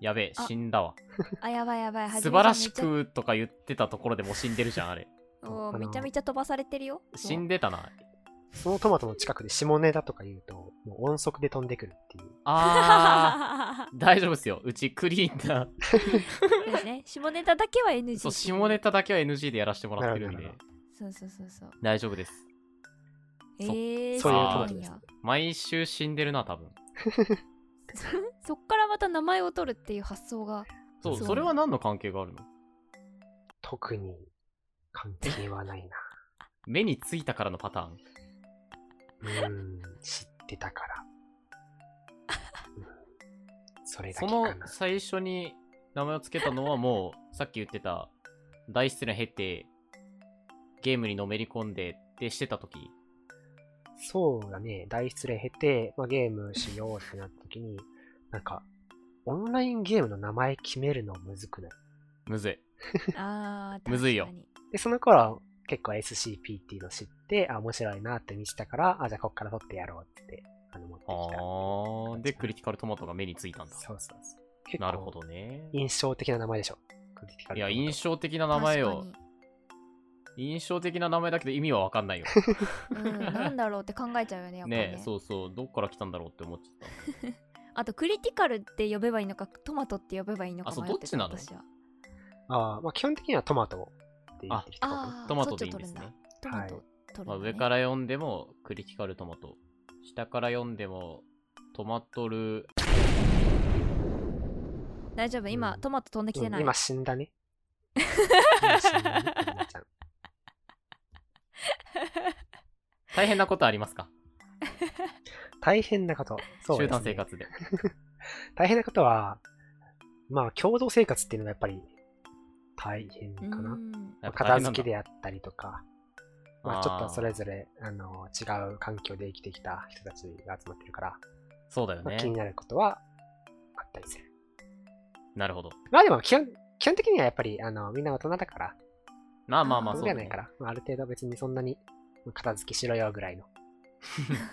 Speaker 1: やべえ、
Speaker 2: あ
Speaker 1: 死んだわ。
Speaker 2: あやばいやばいはじ
Speaker 1: 素晴
Speaker 2: めちゃ
Speaker 1: ら
Speaker 2: ん
Speaker 1: しくとか言ってたところでもう死んでるじゃん、あれ。
Speaker 2: めちゃおー
Speaker 4: あの
Speaker 2: めちゃめちゃ飛ばされてるよ
Speaker 1: 死んでた な。
Speaker 4: そのトマトの近くで下ネタとか言うと、もう音速で飛んでくるっていう。
Speaker 1: あ
Speaker 2: あ
Speaker 1: ー、大丈夫ですよ。うちクリーン な、
Speaker 2: ね下ネタだけは NG
Speaker 1: そう、下ネタだけは NG でやらせてもらってるん
Speaker 4: なる
Speaker 1: で
Speaker 4: ほ、
Speaker 2: そうそうそうそう
Speaker 1: 大丈夫です。
Speaker 2: え
Speaker 1: そ
Speaker 2: ー、
Speaker 4: そういう
Speaker 1: トマ
Speaker 4: ト
Speaker 2: そ
Speaker 4: で
Speaker 2: う
Speaker 4: す
Speaker 2: なんや
Speaker 1: 毎週死んでるな、多分。
Speaker 2: そっからまた名前を取るっていう発 想が
Speaker 1: そう、
Speaker 2: そう
Speaker 1: それは何の関係があるの
Speaker 4: 特に関係はないな。
Speaker 1: 目についたからのパターン。
Speaker 4: うーん、知ってたから。うんそれだ
Speaker 1: そ
Speaker 4: けか
Speaker 1: の
Speaker 4: な。
Speaker 1: 最初に名前を付けたのはもう、さっき言ってた、大失恋経て、ゲームにのめり込んでってしてた時
Speaker 4: そうだね、大失恋経て、まあ、ゲームしようってなった時に、なんか、オンラインゲームの名前決めるのむずくない
Speaker 1: むずい。
Speaker 2: あー
Speaker 1: むずいよ
Speaker 2: 確かに
Speaker 4: で、その頃は結構 SCP っていうの知って、あ、面白いなって見てたから、あ、じゃあこっから取ってやろうって、あの、持ってき
Speaker 1: あ
Speaker 4: たっていう感
Speaker 1: ー、
Speaker 4: じ。
Speaker 1: で、クリティカルトマトが目についたんだ。
Speaker 4: そうそうそう。結構
Speaker 1: なるほどね。
Speaker 4: 印象的な名前でしょ。クリティカル
Speaker 1: いや、
Speaker 4: トマト
Speaker 1: 印象的な名前よ。印象的な名前だけど意味はわかんないよ。
Speaker 2: 確か にうん、なんだろうって考えちゃうよねやっぱ
Speaker 1: ね
Speaker 2: ね
Speaker 1: え、そうそう、どっから来たんだろうって思っちゃった。
Speaker 2: あとクリティカルって呼べばいいのかトマトって呼べばいいのか
Speaker 1: あそう
Speaker 2: 迷てた
Speaker 1: どっちなの
Speaker 2: 私は
Speaker 4: あーまあ基本的にはトマトって言ってきたかな
Speaker 2: あー
Speaker 1: トマトでいいんですね
Speaker 2: そっ。トマト
Speaker 4: は
Speaker 2: 取る
Speaker 1: まあ、
Speaker 2: のね
Speaker 1: 上から読んでもクリティカルトマト。下から読んでもトマトル。
Speaker 2: 大丈夫今、
Speaker 4: うん
Speaker 2: トマト飛んできてない、
Speaker 4: うん今死ん だね。今死んだねみんなちゃん
Speaker 1: 大変なことありますか
Speaker 4: 大変なこと。そうですね
Speaker 1: 集団生活で。
Speaker 4: 大変なことは、まあ共同生活っていうのがやっぱり大変
Speaker 2: う
Speaker 4: かな。
Speaker 2: ん
Speaker 1: やっぱ大
Speaker 4: 片
Speaker 1: 変な
Speaker 4: 付
Speaker 1: ん
Speaker 4: け
Speaker 1: だ
Speaker 4: であったりとか、まあ、ちょっとそれぞれあの違う環境で生きてきた人たちが集まってるから、
Speaker 1: そうだよ
Speaker 4: まあ気に
Speaker 1: ね。
Speaker 4: なることはあったりする。
Speaker 1: なるほど。
Speaker 4: まあでも基本基本的にはやっぱりあのみんな大人だから、
Speaker 1: まあまあまあ、
Speaker 2: あー
Speaker 1: そ
Speaker 4: そううじ
Speaker 1: だ
Speaker 4: ゃない
Speaker 1: ね
Speaker 4: か。ら、まあ、ある程度別にそんなに片付けしろよぐ らいの。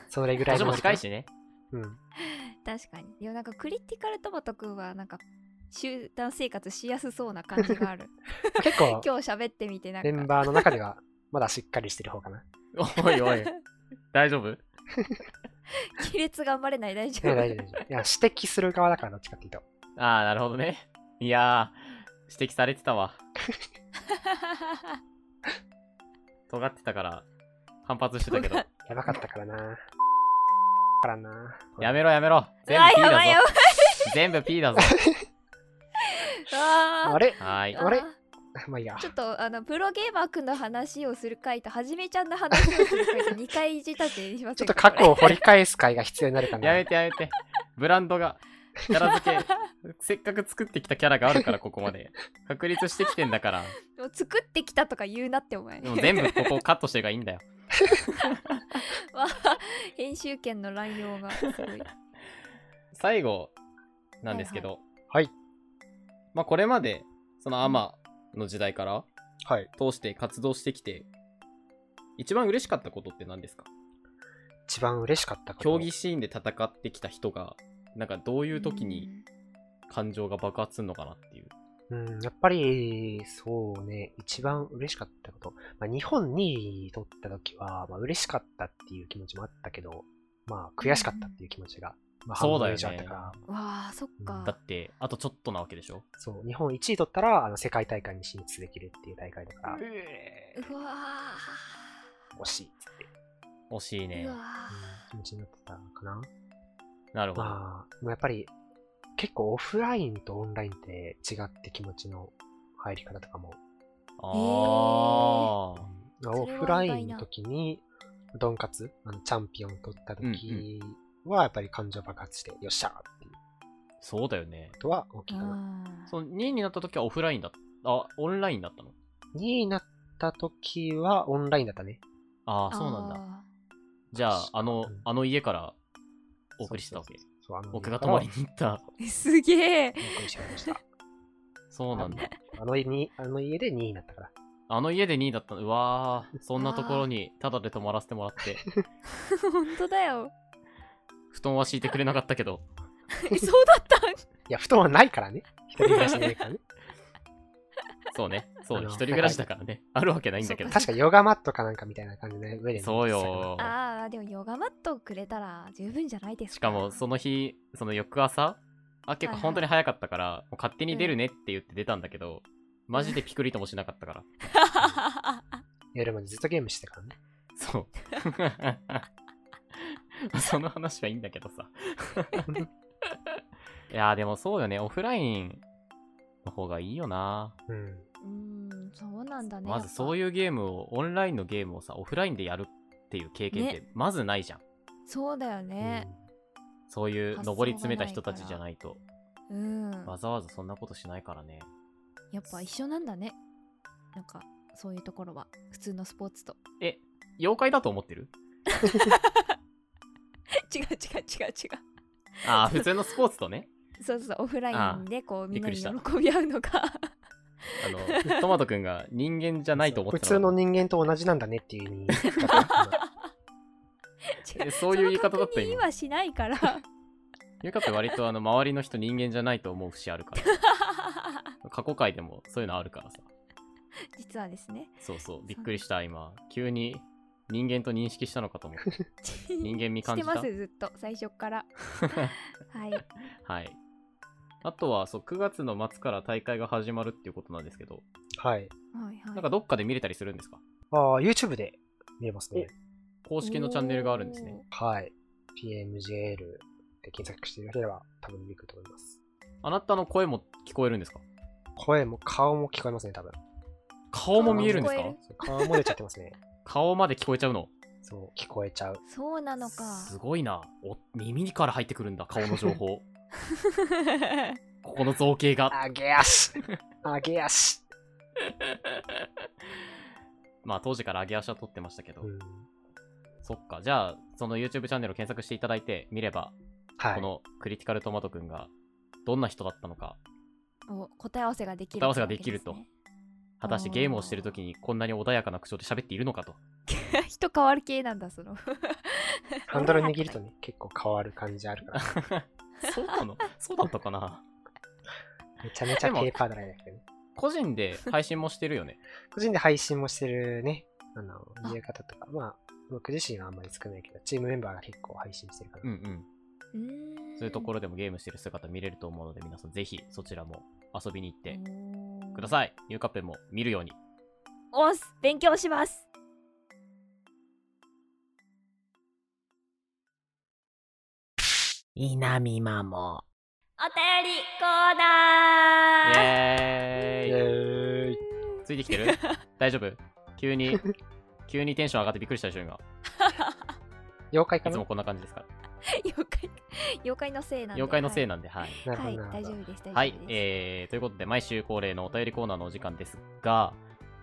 Speaker 4: それぐらい
Speaker 1: 年
Speaker 4: の。
Speaker 1: も近いしね。
Speaker 4: うん。
Speaker 2: 確かにいやなんかクリティカルトマトくんはなんか集団生活しやすそうな感じが ある
Speaker 4: 結 構、
Speaker 2: 今日喋ってみてなんか
Speaker 4: メンバーの中ではまだしっかりしてる方かな。
Speaker 1: おい おい、大丈夫
Speaker 2: 亀裂頑張れない大丈
Speaker 4: い
Speaker 2: 夫
Speaker 4: や、大 丈夫、大丈夫。いや、指摘する側だから、どっちかっていうと。
Speaker 1: ああ、なるほどね。いやー、指摘されてたわ。尖ってたから、反発してた けど。
Speaker 4: やばかったからな。からな。
Speaker 1: やめろやめろ。全部
Speaker 2: あ
Speaker 1: P
Speaker 2: やばいや
Speaker 1: だ
Speaker 2: ば
Speaker 1: ぞ。全部 P だぞ。
Speaker 2: いわ
Speaker 4: あれ
Speaker 1: はーい。
Speaker 2: ー
Speaker 4: あれ
Speaker 2: ー
Speaker 4: まあいいや
Speaker 2: ち。ょっとあのプロゲーマーくんの話をする回とはじめちゃんの話をする回と2回仕立てにしま
Speaker 4: ち
Speaker 2: せ
Speaker 4: ょっ
Speaker 2: ん
Speaker 4: と
Speaker 2: か
Speaker 4: 過去
Speaker 2: こ
Speaker 4: を掘り返す回が必要になるかな。
Speaker 1: やめてやめて。ブランドが、キャラ付 け、せっかく作ってきたキャラがあるから、ここまで。確立してきてんだから、
Speaker 2: れもう作ってきたとか言うなってお前
Speaker 1: もう 全部ここをカットしてるからいいんだよ。
Speaker 2: わあ編集権の乱用がすごい。
Speaker 1: 最後なんですけど、
Speaker 4: はいはい
Speaker 1: まあこれまで、そのアマの時代から
Speaker 4: はい。
Speaker 1: 通して活動してきて、一番嬉しかったことって何ですか
Speaker 4: 一番嬉しかったこと
Speaker 1: 競技シーンで戦ってきた人が、なんかどういう時に感情が爆発するのかなっていう。
Speaker 4: うん、やっぱり、そうね、一番嬉しかったこと。まあ、日本に取った時は、まあ、嬉しかったっていう気持ちもあったけど、まあ、悔しかったっていう気持ちが、まあ、
Speaker 1: そうだよね
Speaker 4: 半分以上あったから、
Speaker 2: わあそっ
Speaker 4: うん
Speaker 1: だ
Speaker 2: か
Speaker 1: って、あとちょっとなわけでしょ
Speaker 4: そう、日本1位取ったら、あの、世界大会に進出できるっていう大会だから、
Speaker 2: うわあ
Speaker 4: 惜しいっつって、うん
Speaker 1: 惜しいうね
Speaker 2: わ。
Speaker 4: 気持ちになってたかな。
Speaker 1: なるほど。
Speaker 4: まあ、でもやっぱり、結構オフラインとオンラインって違って気持ちの入り方とかも
Speaker 1: ああ、
Speaker 2: そ
Speaker 4: まあオ
Speaker 2: れは
Speaker 4: フラインの時に、ドンカツ、あのチャンピオン取った時は、やっぱり感情爆発して、よっしゃーっていう
Speaker 1: そうだよね
Speaker 4: こ。とは大
Speaker 2: う
Speaker 4: きいかな。
Speaker 2: ん
Speaker 1: その2位になった時はオフラインだった。あ、オンラインだったの
Speaker 4: 2位になった時は、オンラインだったね。
Speaker 1: ああ、そうなんだ。
Speaker 2: あ
Speaker 1: じゃあ、あの
Speaker 4: うん、
Speaker 1: あの家からお送りしてたわけ
Speaker 4: そう。そうそう、あの
Speaker 1: 僕が泊まりに行った。
Speaker 2: ーえすげえ
Speaker 4: お送りしてました。
Speaker 1: そうなんだ。
Speaker 4: あの家に、あの家で2位になったから。
Speaker 1: あの家で2位だったの。うわー、そんなところにタダで泊まらせてもら って、
Speaker 2: 本当 だよ
Speaker 1: 布団は敷いてくれなかったけど、
Speaker 2: えそうだった
Speaker 4: いや、布団はないからね。一人暮らしでないからね。
Speaker 1: そうね。そうね。
Speaker 4: あの
Speaker 1: 一人暮らしだからね。あるわけないんだけど。
Speaker 4: 確かヨガマットかなんかみたいな感 じで上で、
Speaker 1: そう。よ。
Speaker 2: ああでもヨガマットくれたら十分じゃないですか
Speaker 1: しか も、その日、その翌朝、あ、結構
Speaker 2: はいはい
Speaker 1: 本当に早かったから、もう勝手に出るねって言って出たんだけど、マジでピクリともしなかったから。
Speaker 4: 夜までずっとゲームしてたからね。
Speaker 1: そう。その話はいいんだけどさ。いやーでもそうよね、オフラインの方がいいよな。
Speaker 4: うん。
Speaker 2: うんそうなんだね
Speaker 1: まずそう
Speaker 2: う
Speaker 1: いうゲームを、オンラインのゲームをさ、オフラインでやるっていう経験ってまずないじゃん。
Speaker 2: そうだよね
Speaker 1: そういう
Speaker 2: 発想が
Speaker 1: 上り詰めた人たちじゃないと、
Speaker 2: うん、
Speaker 1: わざわざそんなことしないからね。
Speaker 2: やっぱ一緒なんだねなんかそういうところは普通のスポーツと
Speaker 1: え、妖怪だと思ってる
Speaker 2: 違う違う違う違
Speaker 1: ああ、普通のスポーツとね。
Speaker 2: うそうそうオフラインでこうみんな
Speaker 1: び
Speaker 2: に
Speaker 1: っ
Speaker 2: 喜
Speaker 1: くりし
Speaker 2: び合うのが
Speaker 1: あ の、トマトくんが人間じゃないと思って
Speaker 4: 普
Speaker 1: た
Speaker 4: 通の人間と同じなんだねっていう意味だった 今
Speaker 2: 違
Speaker 1: えそういう言い方だった
Speaker 2: その確認
Speaker 1: 今
Speaker 2: はしないから
Speaker 1: ゆかって割とあの、周りの人人間じゃないと思う節あるから。過去回でもそういうのあるからさ
Speaker 2: 実はですね
Speaker 1: そうそうびっくりした今急に人間と認識したのかと思って人間味感じた
Speaker 2: してますずっと最初からはい
Speaker 1: はいあとはそう9月の末から大会が始まるっていうことなんですけど
Speaker 4: はい。
Speaker 2: はいは
Speaker 1: な
Speaker 2: い
Speaker 1: んかどっかで見れたりするんですか
Speaker 4: ああ、YouTube で見れますね。
Speaker 1: 公式のチャンネルがあるんですね
Speaker 4: はい。PMJL で検索していただければ多分出てくると思います。
Speaker 1: あなたの声も聞こえるんですか
Speaker 4: 声も顔も聞こえますね、多分。
Speaker 1: 顔も見えるんです
Speaker 2: 顔
Speaker 1: か
Speaker 2: も聞こ
Speaker 4: そう顔も出ちゃっ てますね。
Speaker 1: 顔まで聞こえちゃうの
Speaker 4: そう、聞こえちゃう。
Speaker 2: おーそうなのか
Speaker 1: すごいなお耳から入ってくるんだ顔の情報ここの造形が
Speaker 4: あげ足 あげ足
Speaker 1: まあ当時から上げ足は取ってましたけど、
Speaker 4: うん。
Speaker 1: そっかじゃあその YouTube チャンネルを検索していただいて見れば
Speaker 4: はい。
Speaker 1: このクリティカルトマトくんがどんな人だったのか、
Speaker 2: お答え合わせができる
Speaker 1: 答え合わせができると
Speaker 2: ってわ
Speaker 1: 果たしてゲームをしてる時にこんなに穏やかな口調で喋っているのかと。
Speaker 2: けですね人変わる系なんだその
Speaker 4: ハンドル握るとね、結構変わる感じあるから。
Speaker 1: そうなのそうだったかな
Speaker 4: めちゃめちゃペーパードライだけどね。
Speaker 1: 個人で配信もしてるよね。
Speaker 4: 個人で配信もしてるね、あの、
Speaker 2: あ
Speaker 4: 見え方とか、まあ、僕自身はあんまり少ないけど、チームメンバーが結構配信してるから。
Speaker 1: うんうん。
Speaker 2: うーん
Speaker 1: そういうところでもゲームしてる姿見れると思うので、皆さんぜひそちらも遊びに行ってくだ
Speaker 2: い
Speaker 1: さい。ニューカッペも見るように。
Speaker 2: おす勉強します
Speaker 3: 稲見マモ。
Speaker 2: お便りコーナ
Speaker 1: イ
Speaker 2: ー
Speaker 4: え
Speaker 1: エーイ
Speaker 4: ーイ
Speaker 1: ついてきてる大丈夫急に、急にテンション上がってびっくりしたでしょ、今。
Speaker 4: 妖怪か
Speaker 1: いつ
Speaker 4: な
Speaker 1: もこんな感じですから。
Speaker 2: 妖怪妖怪のせいなんで
Speaker 1: 妖怪のせい
Speaker 2: な
Speaker 1: なんで、はい。
Speaker 4: なるほ
Speaker 2: は
Speaker 4: ど
Speaker 2: い、
Speaker 4: な
Speaker 2: はい、
Speaker 4: る
Speaker 2: 大
Speaker 4: ほ
Speaker 2: 丈
Speaker 4: ど。
Speaker 2: 夫です大丈夫です
Speaker 1: はい、えー、ということで、毎週恒例のお便りコーナーのお時間ですが、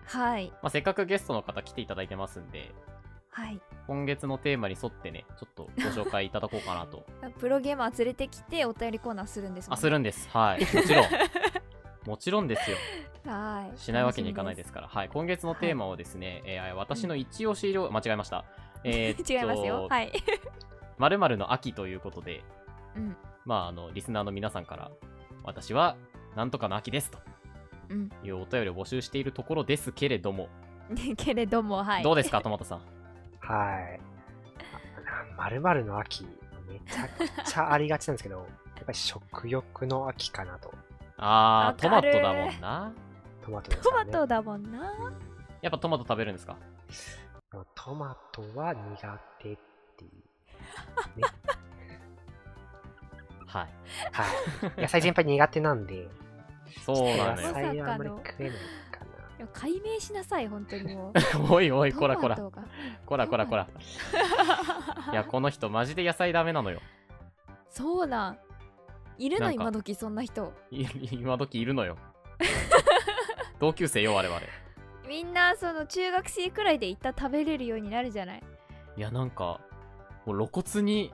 Speaker 2: はい
Speaker 1: まあ、せっかくゲストの方来ていただいてますんで、
Speaker 2: はい
Speaker 1: 今月のテーマに沿ってね、ちょっとご紹介いただこうか なと。
Speaker 2: プロゲーマー連れてきてお便りコーナーするんですも
Speaker 1: あ、
Speaker 2: んね
Speaker 1: するんです。はい。もちろん。 もちろんですよ。
Speaker 2: はい
Speaker 1: しないわけにいかないですすから。はい。今月のテーマをですね、えー私の一押し料、間違えました。えーっと、
Speaker 2: 違いますよはい
Speaker 1: 〇〇の秋ということで、
Speaker 2: うん
Speaker 1: まあ、あの、リスナーの皆さんから私はなんとかの秋ですと
Speaker 2: うん
Speaker 1: いうお便りを募集しているところですけれども、
Speaker 2: で けれどもはい
Speaker 1: どうですか、トマトさ ん。
Speaker 4: はい。まるまるの秋、めちゃくちゃありがちなんですけど、やっぱり食欲の秋かなと。
Speaker 1: あー、トマ
Speaker 2: わか
Speaker 1: ト
Speaker 2: る
Speaker 1: だもんな。
Speaker 4: トマトです
Speaker 2: ト
Speaker 4: から
Speaker 2: マ
Speaker 4: ね。
Speaker 2: トだもんな
Speaker 1: やっぱトマト食べるんですか
Speaker 4: うんトマトは苦手っていう。
Speaker 1: はい。
Speaker 4: はい。野菜全般苦手なんで、
Speaker 1: そうなの
Speaker 4: 野
Speaker 2: まさか
Speaker 1: よ。
Speaker 2: の
Speaker 4: 菜はあんまり食えないかな。
Speaker 2: いや解明しなさい本当にもう
Speaker 1: おいおい、こ
Speaker 2: ト
Speaker 1: らこ
Speaker 2: マ
Speaker 1: ら。
Speaker 2: トが
Speaker 1: こらこらこら。いや、この人、マジで野菜ダメなのよ。
Speaker 2: そうなんいる
Speaker 1: な
Speaker 2: の
Speaker 1: んか
Speaker 2: 今時そんな人
Speaker 1: い 今時いるの よ。同級生よ、我々。
Speaker 2: みんなその中学生くらいで一旦食べれるようになるじゃない
Speaker 1: いや、なんか、もう露骨に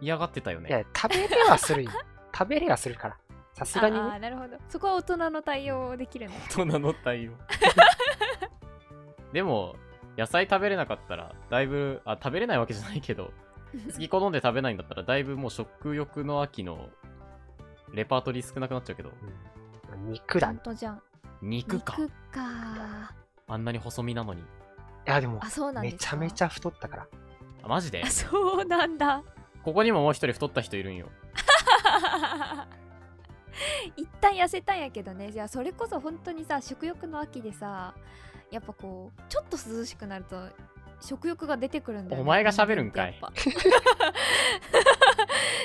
Speaker 1: 嫌がってたよ
Speaker 4: いや
Speaker 1: ね。、
Speaker 4: 食べれは するよ。食べれはするから。さすがにね、
Speaker 2: ああなるほどそこは大人の対応できるね
Speaker 1: 大人の対応。でも、野菜食べれなかったら、だいぶ、あ、食べれないわけじゃないけ ど、好き好んで食べないんだったら、だいぶもう食欲の秋のレパートリー少なくなっちゃうけど、
Speaker 4: うん肉だ。い
Speaker 2: 本当じゃん
Speaker 1: 肉か。
Speaker 2: 肉か
Speaker 1: あんなに細身なのに。
Speaker 4: や、でも
Speaker 2: あ、そうなんで
Speaker 4: め
Speaker 2: す
Speaker 4: ちゃめち
Speaker 2: ゃ
Speaker 4: ゃ太ったから。
Speaker 1: あ、マジで
Speaker 2: あそうなんだ
Speaker 1: ここにももう一人太った人いるんよ。
Speaker 2: 一旦痩せたんやけどねじゃあそれこそ本当にさ食欲の秋でさやっぱこうちょっと涼しくなると食欲が出てくるんだよ、ね、
Speaker 1: お前が喋るんかい
Speaker 2: 人間ってやっぱ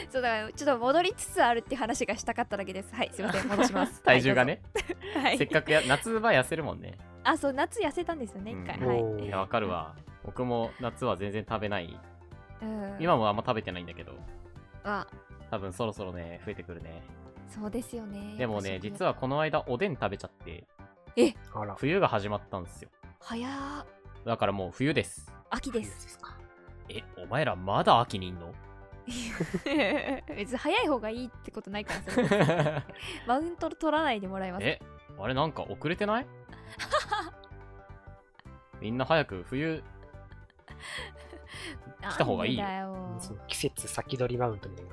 Speaker 2: そうだからちょっと戻りつつあるって話がしたかっただけですはいすいません戻します
Speaker 1: 体重がね、、
Speaker 2: はい
Speaker 1: せ
Speaker 2: どう
Speaker 1: っ
Speaker 2: ぞ
Speaker 1: か
Speaker 2: はい、
Speaker 1: くや夏場痩せるもんね。
Speaker 2: あそう夏痩せたんですよね一回、
Speaker 1: うん
Speaker 2: はい、
Speaker 4: おー
Speaker 1: いや、わかるわ。僕も夏は全然食べない。
Speaker 2: うん、
Speaker 1: 今もあんま食べてないんだけど、
Speaker 2: は
Speaker 1: 多分そろそろね、増えてくるね。
Speaker 2: そうですよね
Speaker 1: でもね、実はこの間おでん食べちゃって、
Speaker 4: あら、
Speaker 1: 冬が始まったんですよ。
Speaker 2: 早ー
Speaker 1: だからもう冬です。
Speaker 2: 秋
Speaker 4: いい
Speaker 2: で
Speaker 4: ですすか。
Speaker 1: え、お前らまだ秋にいん の
Speaker 2: 別に早い方がいいってことないからそれ マウント取らないでもらえます
Speaker 1: え、あれなんか遅れて ないみんな早く冬、
Speaker 2: 来
Speaker 1: た方がいいよ
Speaker 4: その季節先取りマウントみたいな。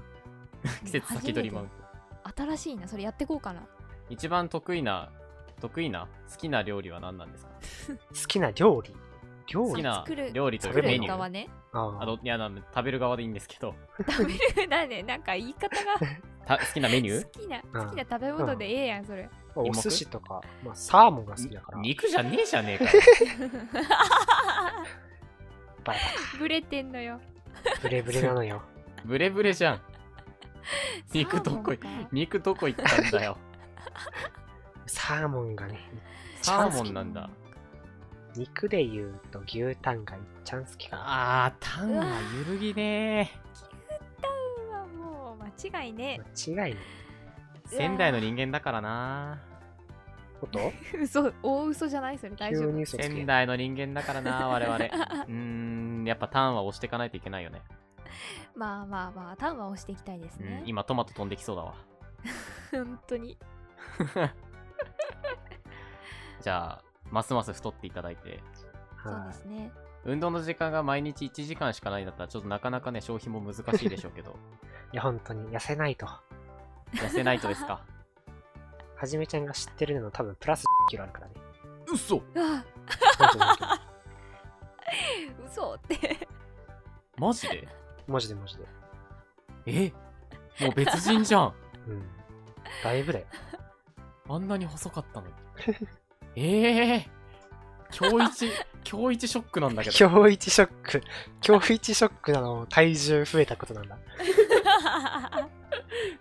Speaker 1: 季節先取りマウン
Speaker 2: ト
Speaker 1: ト。
Speaker 2: 新しいなそれやってこうかな
Speaker 1: 一番得意な、得意な、好きな料理は何なんですか
Speaker 4: 好きな料理料
Speaker 1: 好き
Speaker 4: 理
Speaker 1: な
Speaker 2: 作る
Speaker 1: 料理とい
Speaker 2: 作
Speaker 1: うメ
Speaker 2: る
Speaker 1: ニュ
Speaker 2: 側
Speaker 1: ー。
Speaker 2: ね
Speaker 4: あ
Speaker 1: あの、いや、な食べる側でいいんですけど、
Speaker 2: 食べるだねなんか言い方が
Speaker 1: た好きなメニュー
Speaker 2: 好きな好きな食べ物でええやんそれ
Speaker 4: あお
Speaker 1: 芋
Speaker 4: 寿司とか、まあ、サーモンが好きだから。
Speaker 1: 肉じゃねえじゃねえか。
Speaker 4: バレ
Speaker 2: ブレてんのよ
Speaker 4: たブレブレなのよ。
Speaker 1: ブレブレじゃん。肉どこい
Speaker 2: サーモンか
Speaker 1: 肉どこ行ったんだ よ。
Speaker 4: サーモンがね、一
Speaker 1: サ
Speaker 4: 番
Speaker 1: ーモ
Speaker 4: 好
Speaker 1: ン
Speaker 4: き。
Speaker 1: なんだ。
Speaker 4: 肉で言うと牛タンがいっちゃん好きかな。
Speaker 1: あー、タンは揺るぎね
Speaker 2: うわもう間違いね
Speaker 4: 間違いない
Speaker 1: え。仙台の人間だからな。
Speaker 4: こと
Speaker 2: 嘘大嘘じゃないそれ大
Speaker 4: 急
Speaker 2: 丈
Speaker 4: に
Speaker 2: 夫
Speaker 4: 嘘つけ
Speaker 1: 仙。台の人間だから な、我々。うーん、やっぱタンは押していかないといけないよね。
Speaker 2: まあまあまあタンは押していきたいです
Speaker 1: う
Speaker 2: ね
Speaker 1: ん、今トマト飛んできそうだわ。
Speaker 2: 本当に
Speaker 1: じゃあ、ますます太っていただいて。
Speaker 2: そう
Speaker 4: は
Speaker 2: で
Speaker 4: い
Speaker 2: すね
Speaker 1: 運動の時間が毎日1時間しかないんだったら、ちょっとなかなかね、消費も難しいでしょうけ ど、
Speaker 4: いや、本当に痩せないと。
Speaker 1: 痩せないとですか。
Speaker 4: はじめちゃんが知ってるの多分プラスキロあるからね。
Speaker 1: 嘘
Speaker 2: うわ
Speaker 4: 本当に本当に
Speaker 2: 嘘って
Speaker 1: マジで
Speaker 4: マジでマジで。
Speaker 1: えもう別人じゃん。
Speaker 4: うん。だいぶだよ。
Speaker 1: あんなに細かったのに。ええー、今日一、今日一ショックなんだけど。
Speaker 4: 今日一ショッ ク。今日一ショックなの体重増えたことなんだ。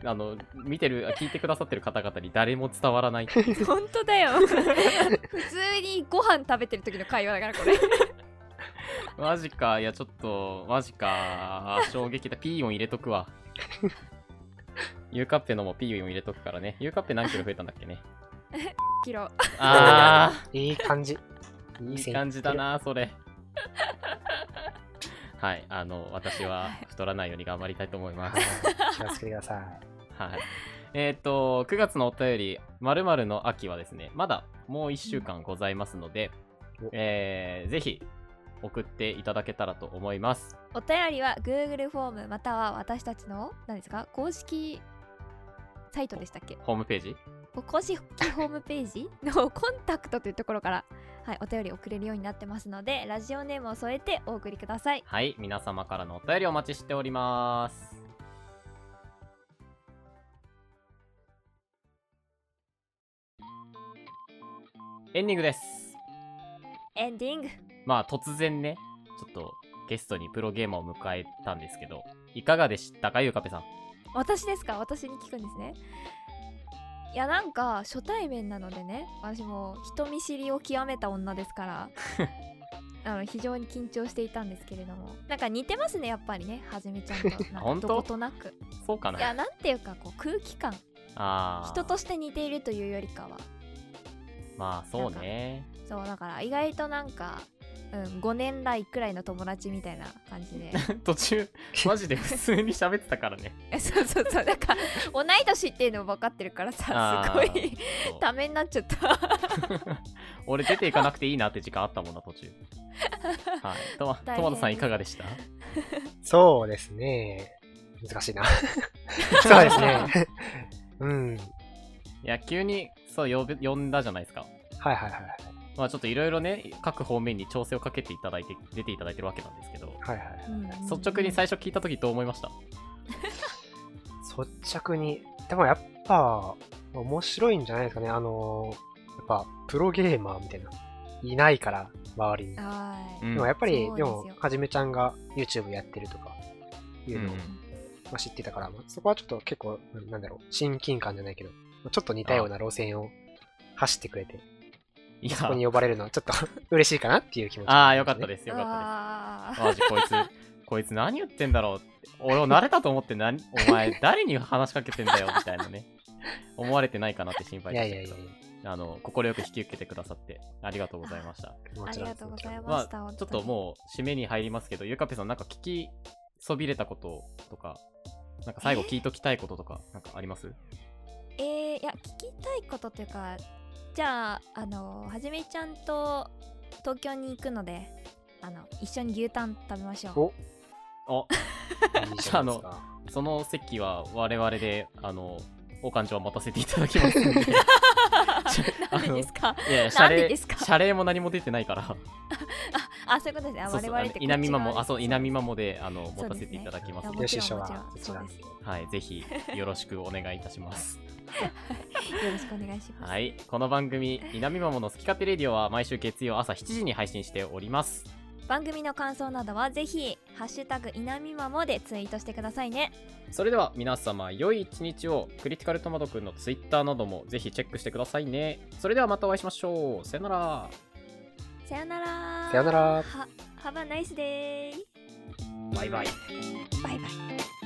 Speaker 1: あの、見てる、あ聞いてくださってる方々に誰も伝わらないっていう。
Speaker 2: 本当だよ 普通にご飯食べてる時の会話だからこれ
Speaker 1: マジか、いや、ちょっと、マジか、衝撃だ。ピーヨン入れとくわ。ゆうかっぺのもピーヨン入れとくからね。ゆうかっぺ何キロ増えたんだっけね。
Speaker 2: キロ
Speaker 1: あー。
Speaker 4: いい感じ。い
Speaker 1: いい
Speaker 4: 線
Speaker 1: 感じだ。な、それ。はい、あの、私は太らないように頑張りたいと思います。
Speaker 4: 気をつけてください。
Speaker 1: はい。えっ、と、9月のお便り、まるの秋はですね、まだもう1週間ございますので
Speaker 4: お、
Speaker 1: えーぜひ送っていただけたらと思います。
Speaker 2: お便りは Google フォームまたは私たちの何ですか公式サイトでしたっけ
Speaker 1: ホームページ
Speaker 2: 公式ホームページのコンタクトというところから、はい、お便り送れるようになってますのでラジオネームを添えてお送りください
Speaker 1: はい、皆様からのお便りお待ちしております。エンディングです。
Speaker 2: エンディング
Speaker 1: まあ突然ね、ちょっとゲストにプロゲーマーを迎えたんですけど、いかがでしたか、ゆうかぺさん。
Speaker 2: 私ですか私に聞くんですねいやなんか初対面なのでね私も人見知りを極めた女ですから あの非常に緊張していたんですけれどもなんか似てますねやっぱりねはじめちゃんとなん
Speaker 1: 本
Speaker 2: か
Speaker 1: 当
Speaker 2: どことなく
Speaker 1: そうかない
Speaker 2: やなんていうかこう空気感
Speaker 1: あー
Speaker 2: 人として似ているというよりかは
Speaker 1: まあそうね。
Speaker 2: そうだから意外となんか、うん、5年来くらいの友達みたいな感 じで
Speaker 1: 途中、マジで普通に喋ってたから ね。
Speaker 2: えそうそうそうなんか同い年っていうのも分かってるからさす
Speaker 1: あ
Speaker 2: ご
Speaker 1: ー
Speaker 2: い
Speaker 1: そう
Speaker 2: ためになっちゃった
Speaker 1: 俺出ていかなくていいなって時間あったもんな、途中。はい。とま、
Speaker 2: 大変
Speaker 1: トマトさんいかがでした
Speaker 4: そうですね。難 しいな。そうです ね。うん。
Speaker 1: いや、急に、そう、呼べ呼んだじゃないですか。
Speaker 4: はいはいはい。
Speaker 1: まあちょっといろいろね、各方面に調整をかけていただいて、出ていただいてるわけなんですけど、
Speaker 4: はいはい。
Speaker 1: 率直に最初聞いたときどう思いました
Speaker 4: 率直に。でもやっぱ、面白いんじゃないですかね。あのー、やっぱ、プロゲーマーみたいな。いないから、周りに。
Speaker 2: はい、
Speaker 1: うん
Speaker 4: でもやっぱり、
Speaker 2: そう
Speaker 4: で
Speaker 2: ですよ
Speaker 4: も、はじめちゃんが YouTube やってるとか、いうのを、
Speaker 1: うん
Speaker 4: まあ知ってたから、まあそこはちょっと結構、うんなんだろう、親近感じゃないけど、ちょっと似たような路線を走ってくれて、
Speaker 1: いや
Speaker 4: そこ、に呼ばれるのはちょっと 嬉しいかなっていう気持ち、。
Speaker 1: ああ、よかったですす、よかったです。
Speaker 2: あー
Speaker 1: マジこいつ、こいつ何言ってんだろうって。俺を慣れたと思って何、お前誰に話しかけてんだよ、みたいなね。思われてないかなって心配
Speaker 4: い
Speaker 1: で
Speaker 4: や
Speaker 1: し
Speaker 4: い
Speaker 1: た
Speaker 4: や
Speaker 1: け
Speaker 4: い
Speaker 1: ど
Speaker 4: や、。
Speaker 1: あの、快く引き受けてくださって、ありがとうございました。
Speaker 4: も
Speaker 2: あ
Speaker 4: ち
Speaker 2: り
Speaker 4: ろ
Speaker 2: が
Speaker 4: んです
Speaker 2: とうござい
Speaker 4: も
Speaker 2: ました、
Speaker 1: ちょっともう締めに入りますけど、ゆうかぺさん、なんか聞きそびれたこととか、なんか最後聞いときたいこととか、なんかあります
Speaker 2: うえー、いや聞きたいことというかじゃああのはじめちゃんと東京に行くのであの一緒に牛タン食べましょう
Speaker 4: お
Speaker 1: あ
Speaker 4: ちろんです
Speaker 1: あのその席は我々で、あの、お勘定は待たせていただき ますんで。
Speaker 2: なんでですか
Speaker 1: いやいや、
Speaker 2: な
Speaker 1: 謝
Speaker 2: んで
Speaker 1: 礼、
Speaker 2: ですか
Speaker 1: 謝礼も何も出てないから、
Speaker 2: ああそういうことですねあ
Speaker 1: そう
Speaker 2: 我
Speaker 1: そう、
Speaker 2: 々
Speaker 1: あ
Speaker 2: っ
Speaker 1: の
Speaker 2: てこっち
Speaker 1: 稲見マ
Speaker 2: 側
Speaker 1: も、
Speaker 2: です
Speaker 1: あ、そう、稲見マもで、あの、
Speaker 2: そ
Speaker 1: 持
Speaker 2: う
Speaker 1: た
Speaker 2: ですね
Speaker 1: せていただきますの
Speaker 2: いや
Speaker 1: で
Speaker 2: もち
Speaker 4: 吉
Speaker 2: ろ
Speaker 4: 所
Speaker 2: んもちろ
Speaker 4: は
Speaker 2: ん
Speaker 4: そち
Speaker 2: そ
Speaker 4: ら
Speaker 2: う
Speaker 4: に
Speaker 2: ですよ
Speaker 1: はい、ぜひ、よろしくお願いいたし ます。
Speaker 2: ろしくお願いします
Speaker 1: はい、この番組、稲見マもの好き勝手レディオは、毎週月曜朝7時に配信しております。
Speaker 2: 番組の感想などはぜひハッシュタグ稲見まもでツイートしてくださいね
Speaker 1: それでは皆様良い一日をクリティカルトマトくんのツイッターなどもぜひチェックしてくださいねそれではまたお会いしましょうさよなら
Speaker 2: さよなら
Speaker 4: さよなら
Speaker 2: は Have a nice day
Speaker 1: バイバイ
Speaker 2: バイバイ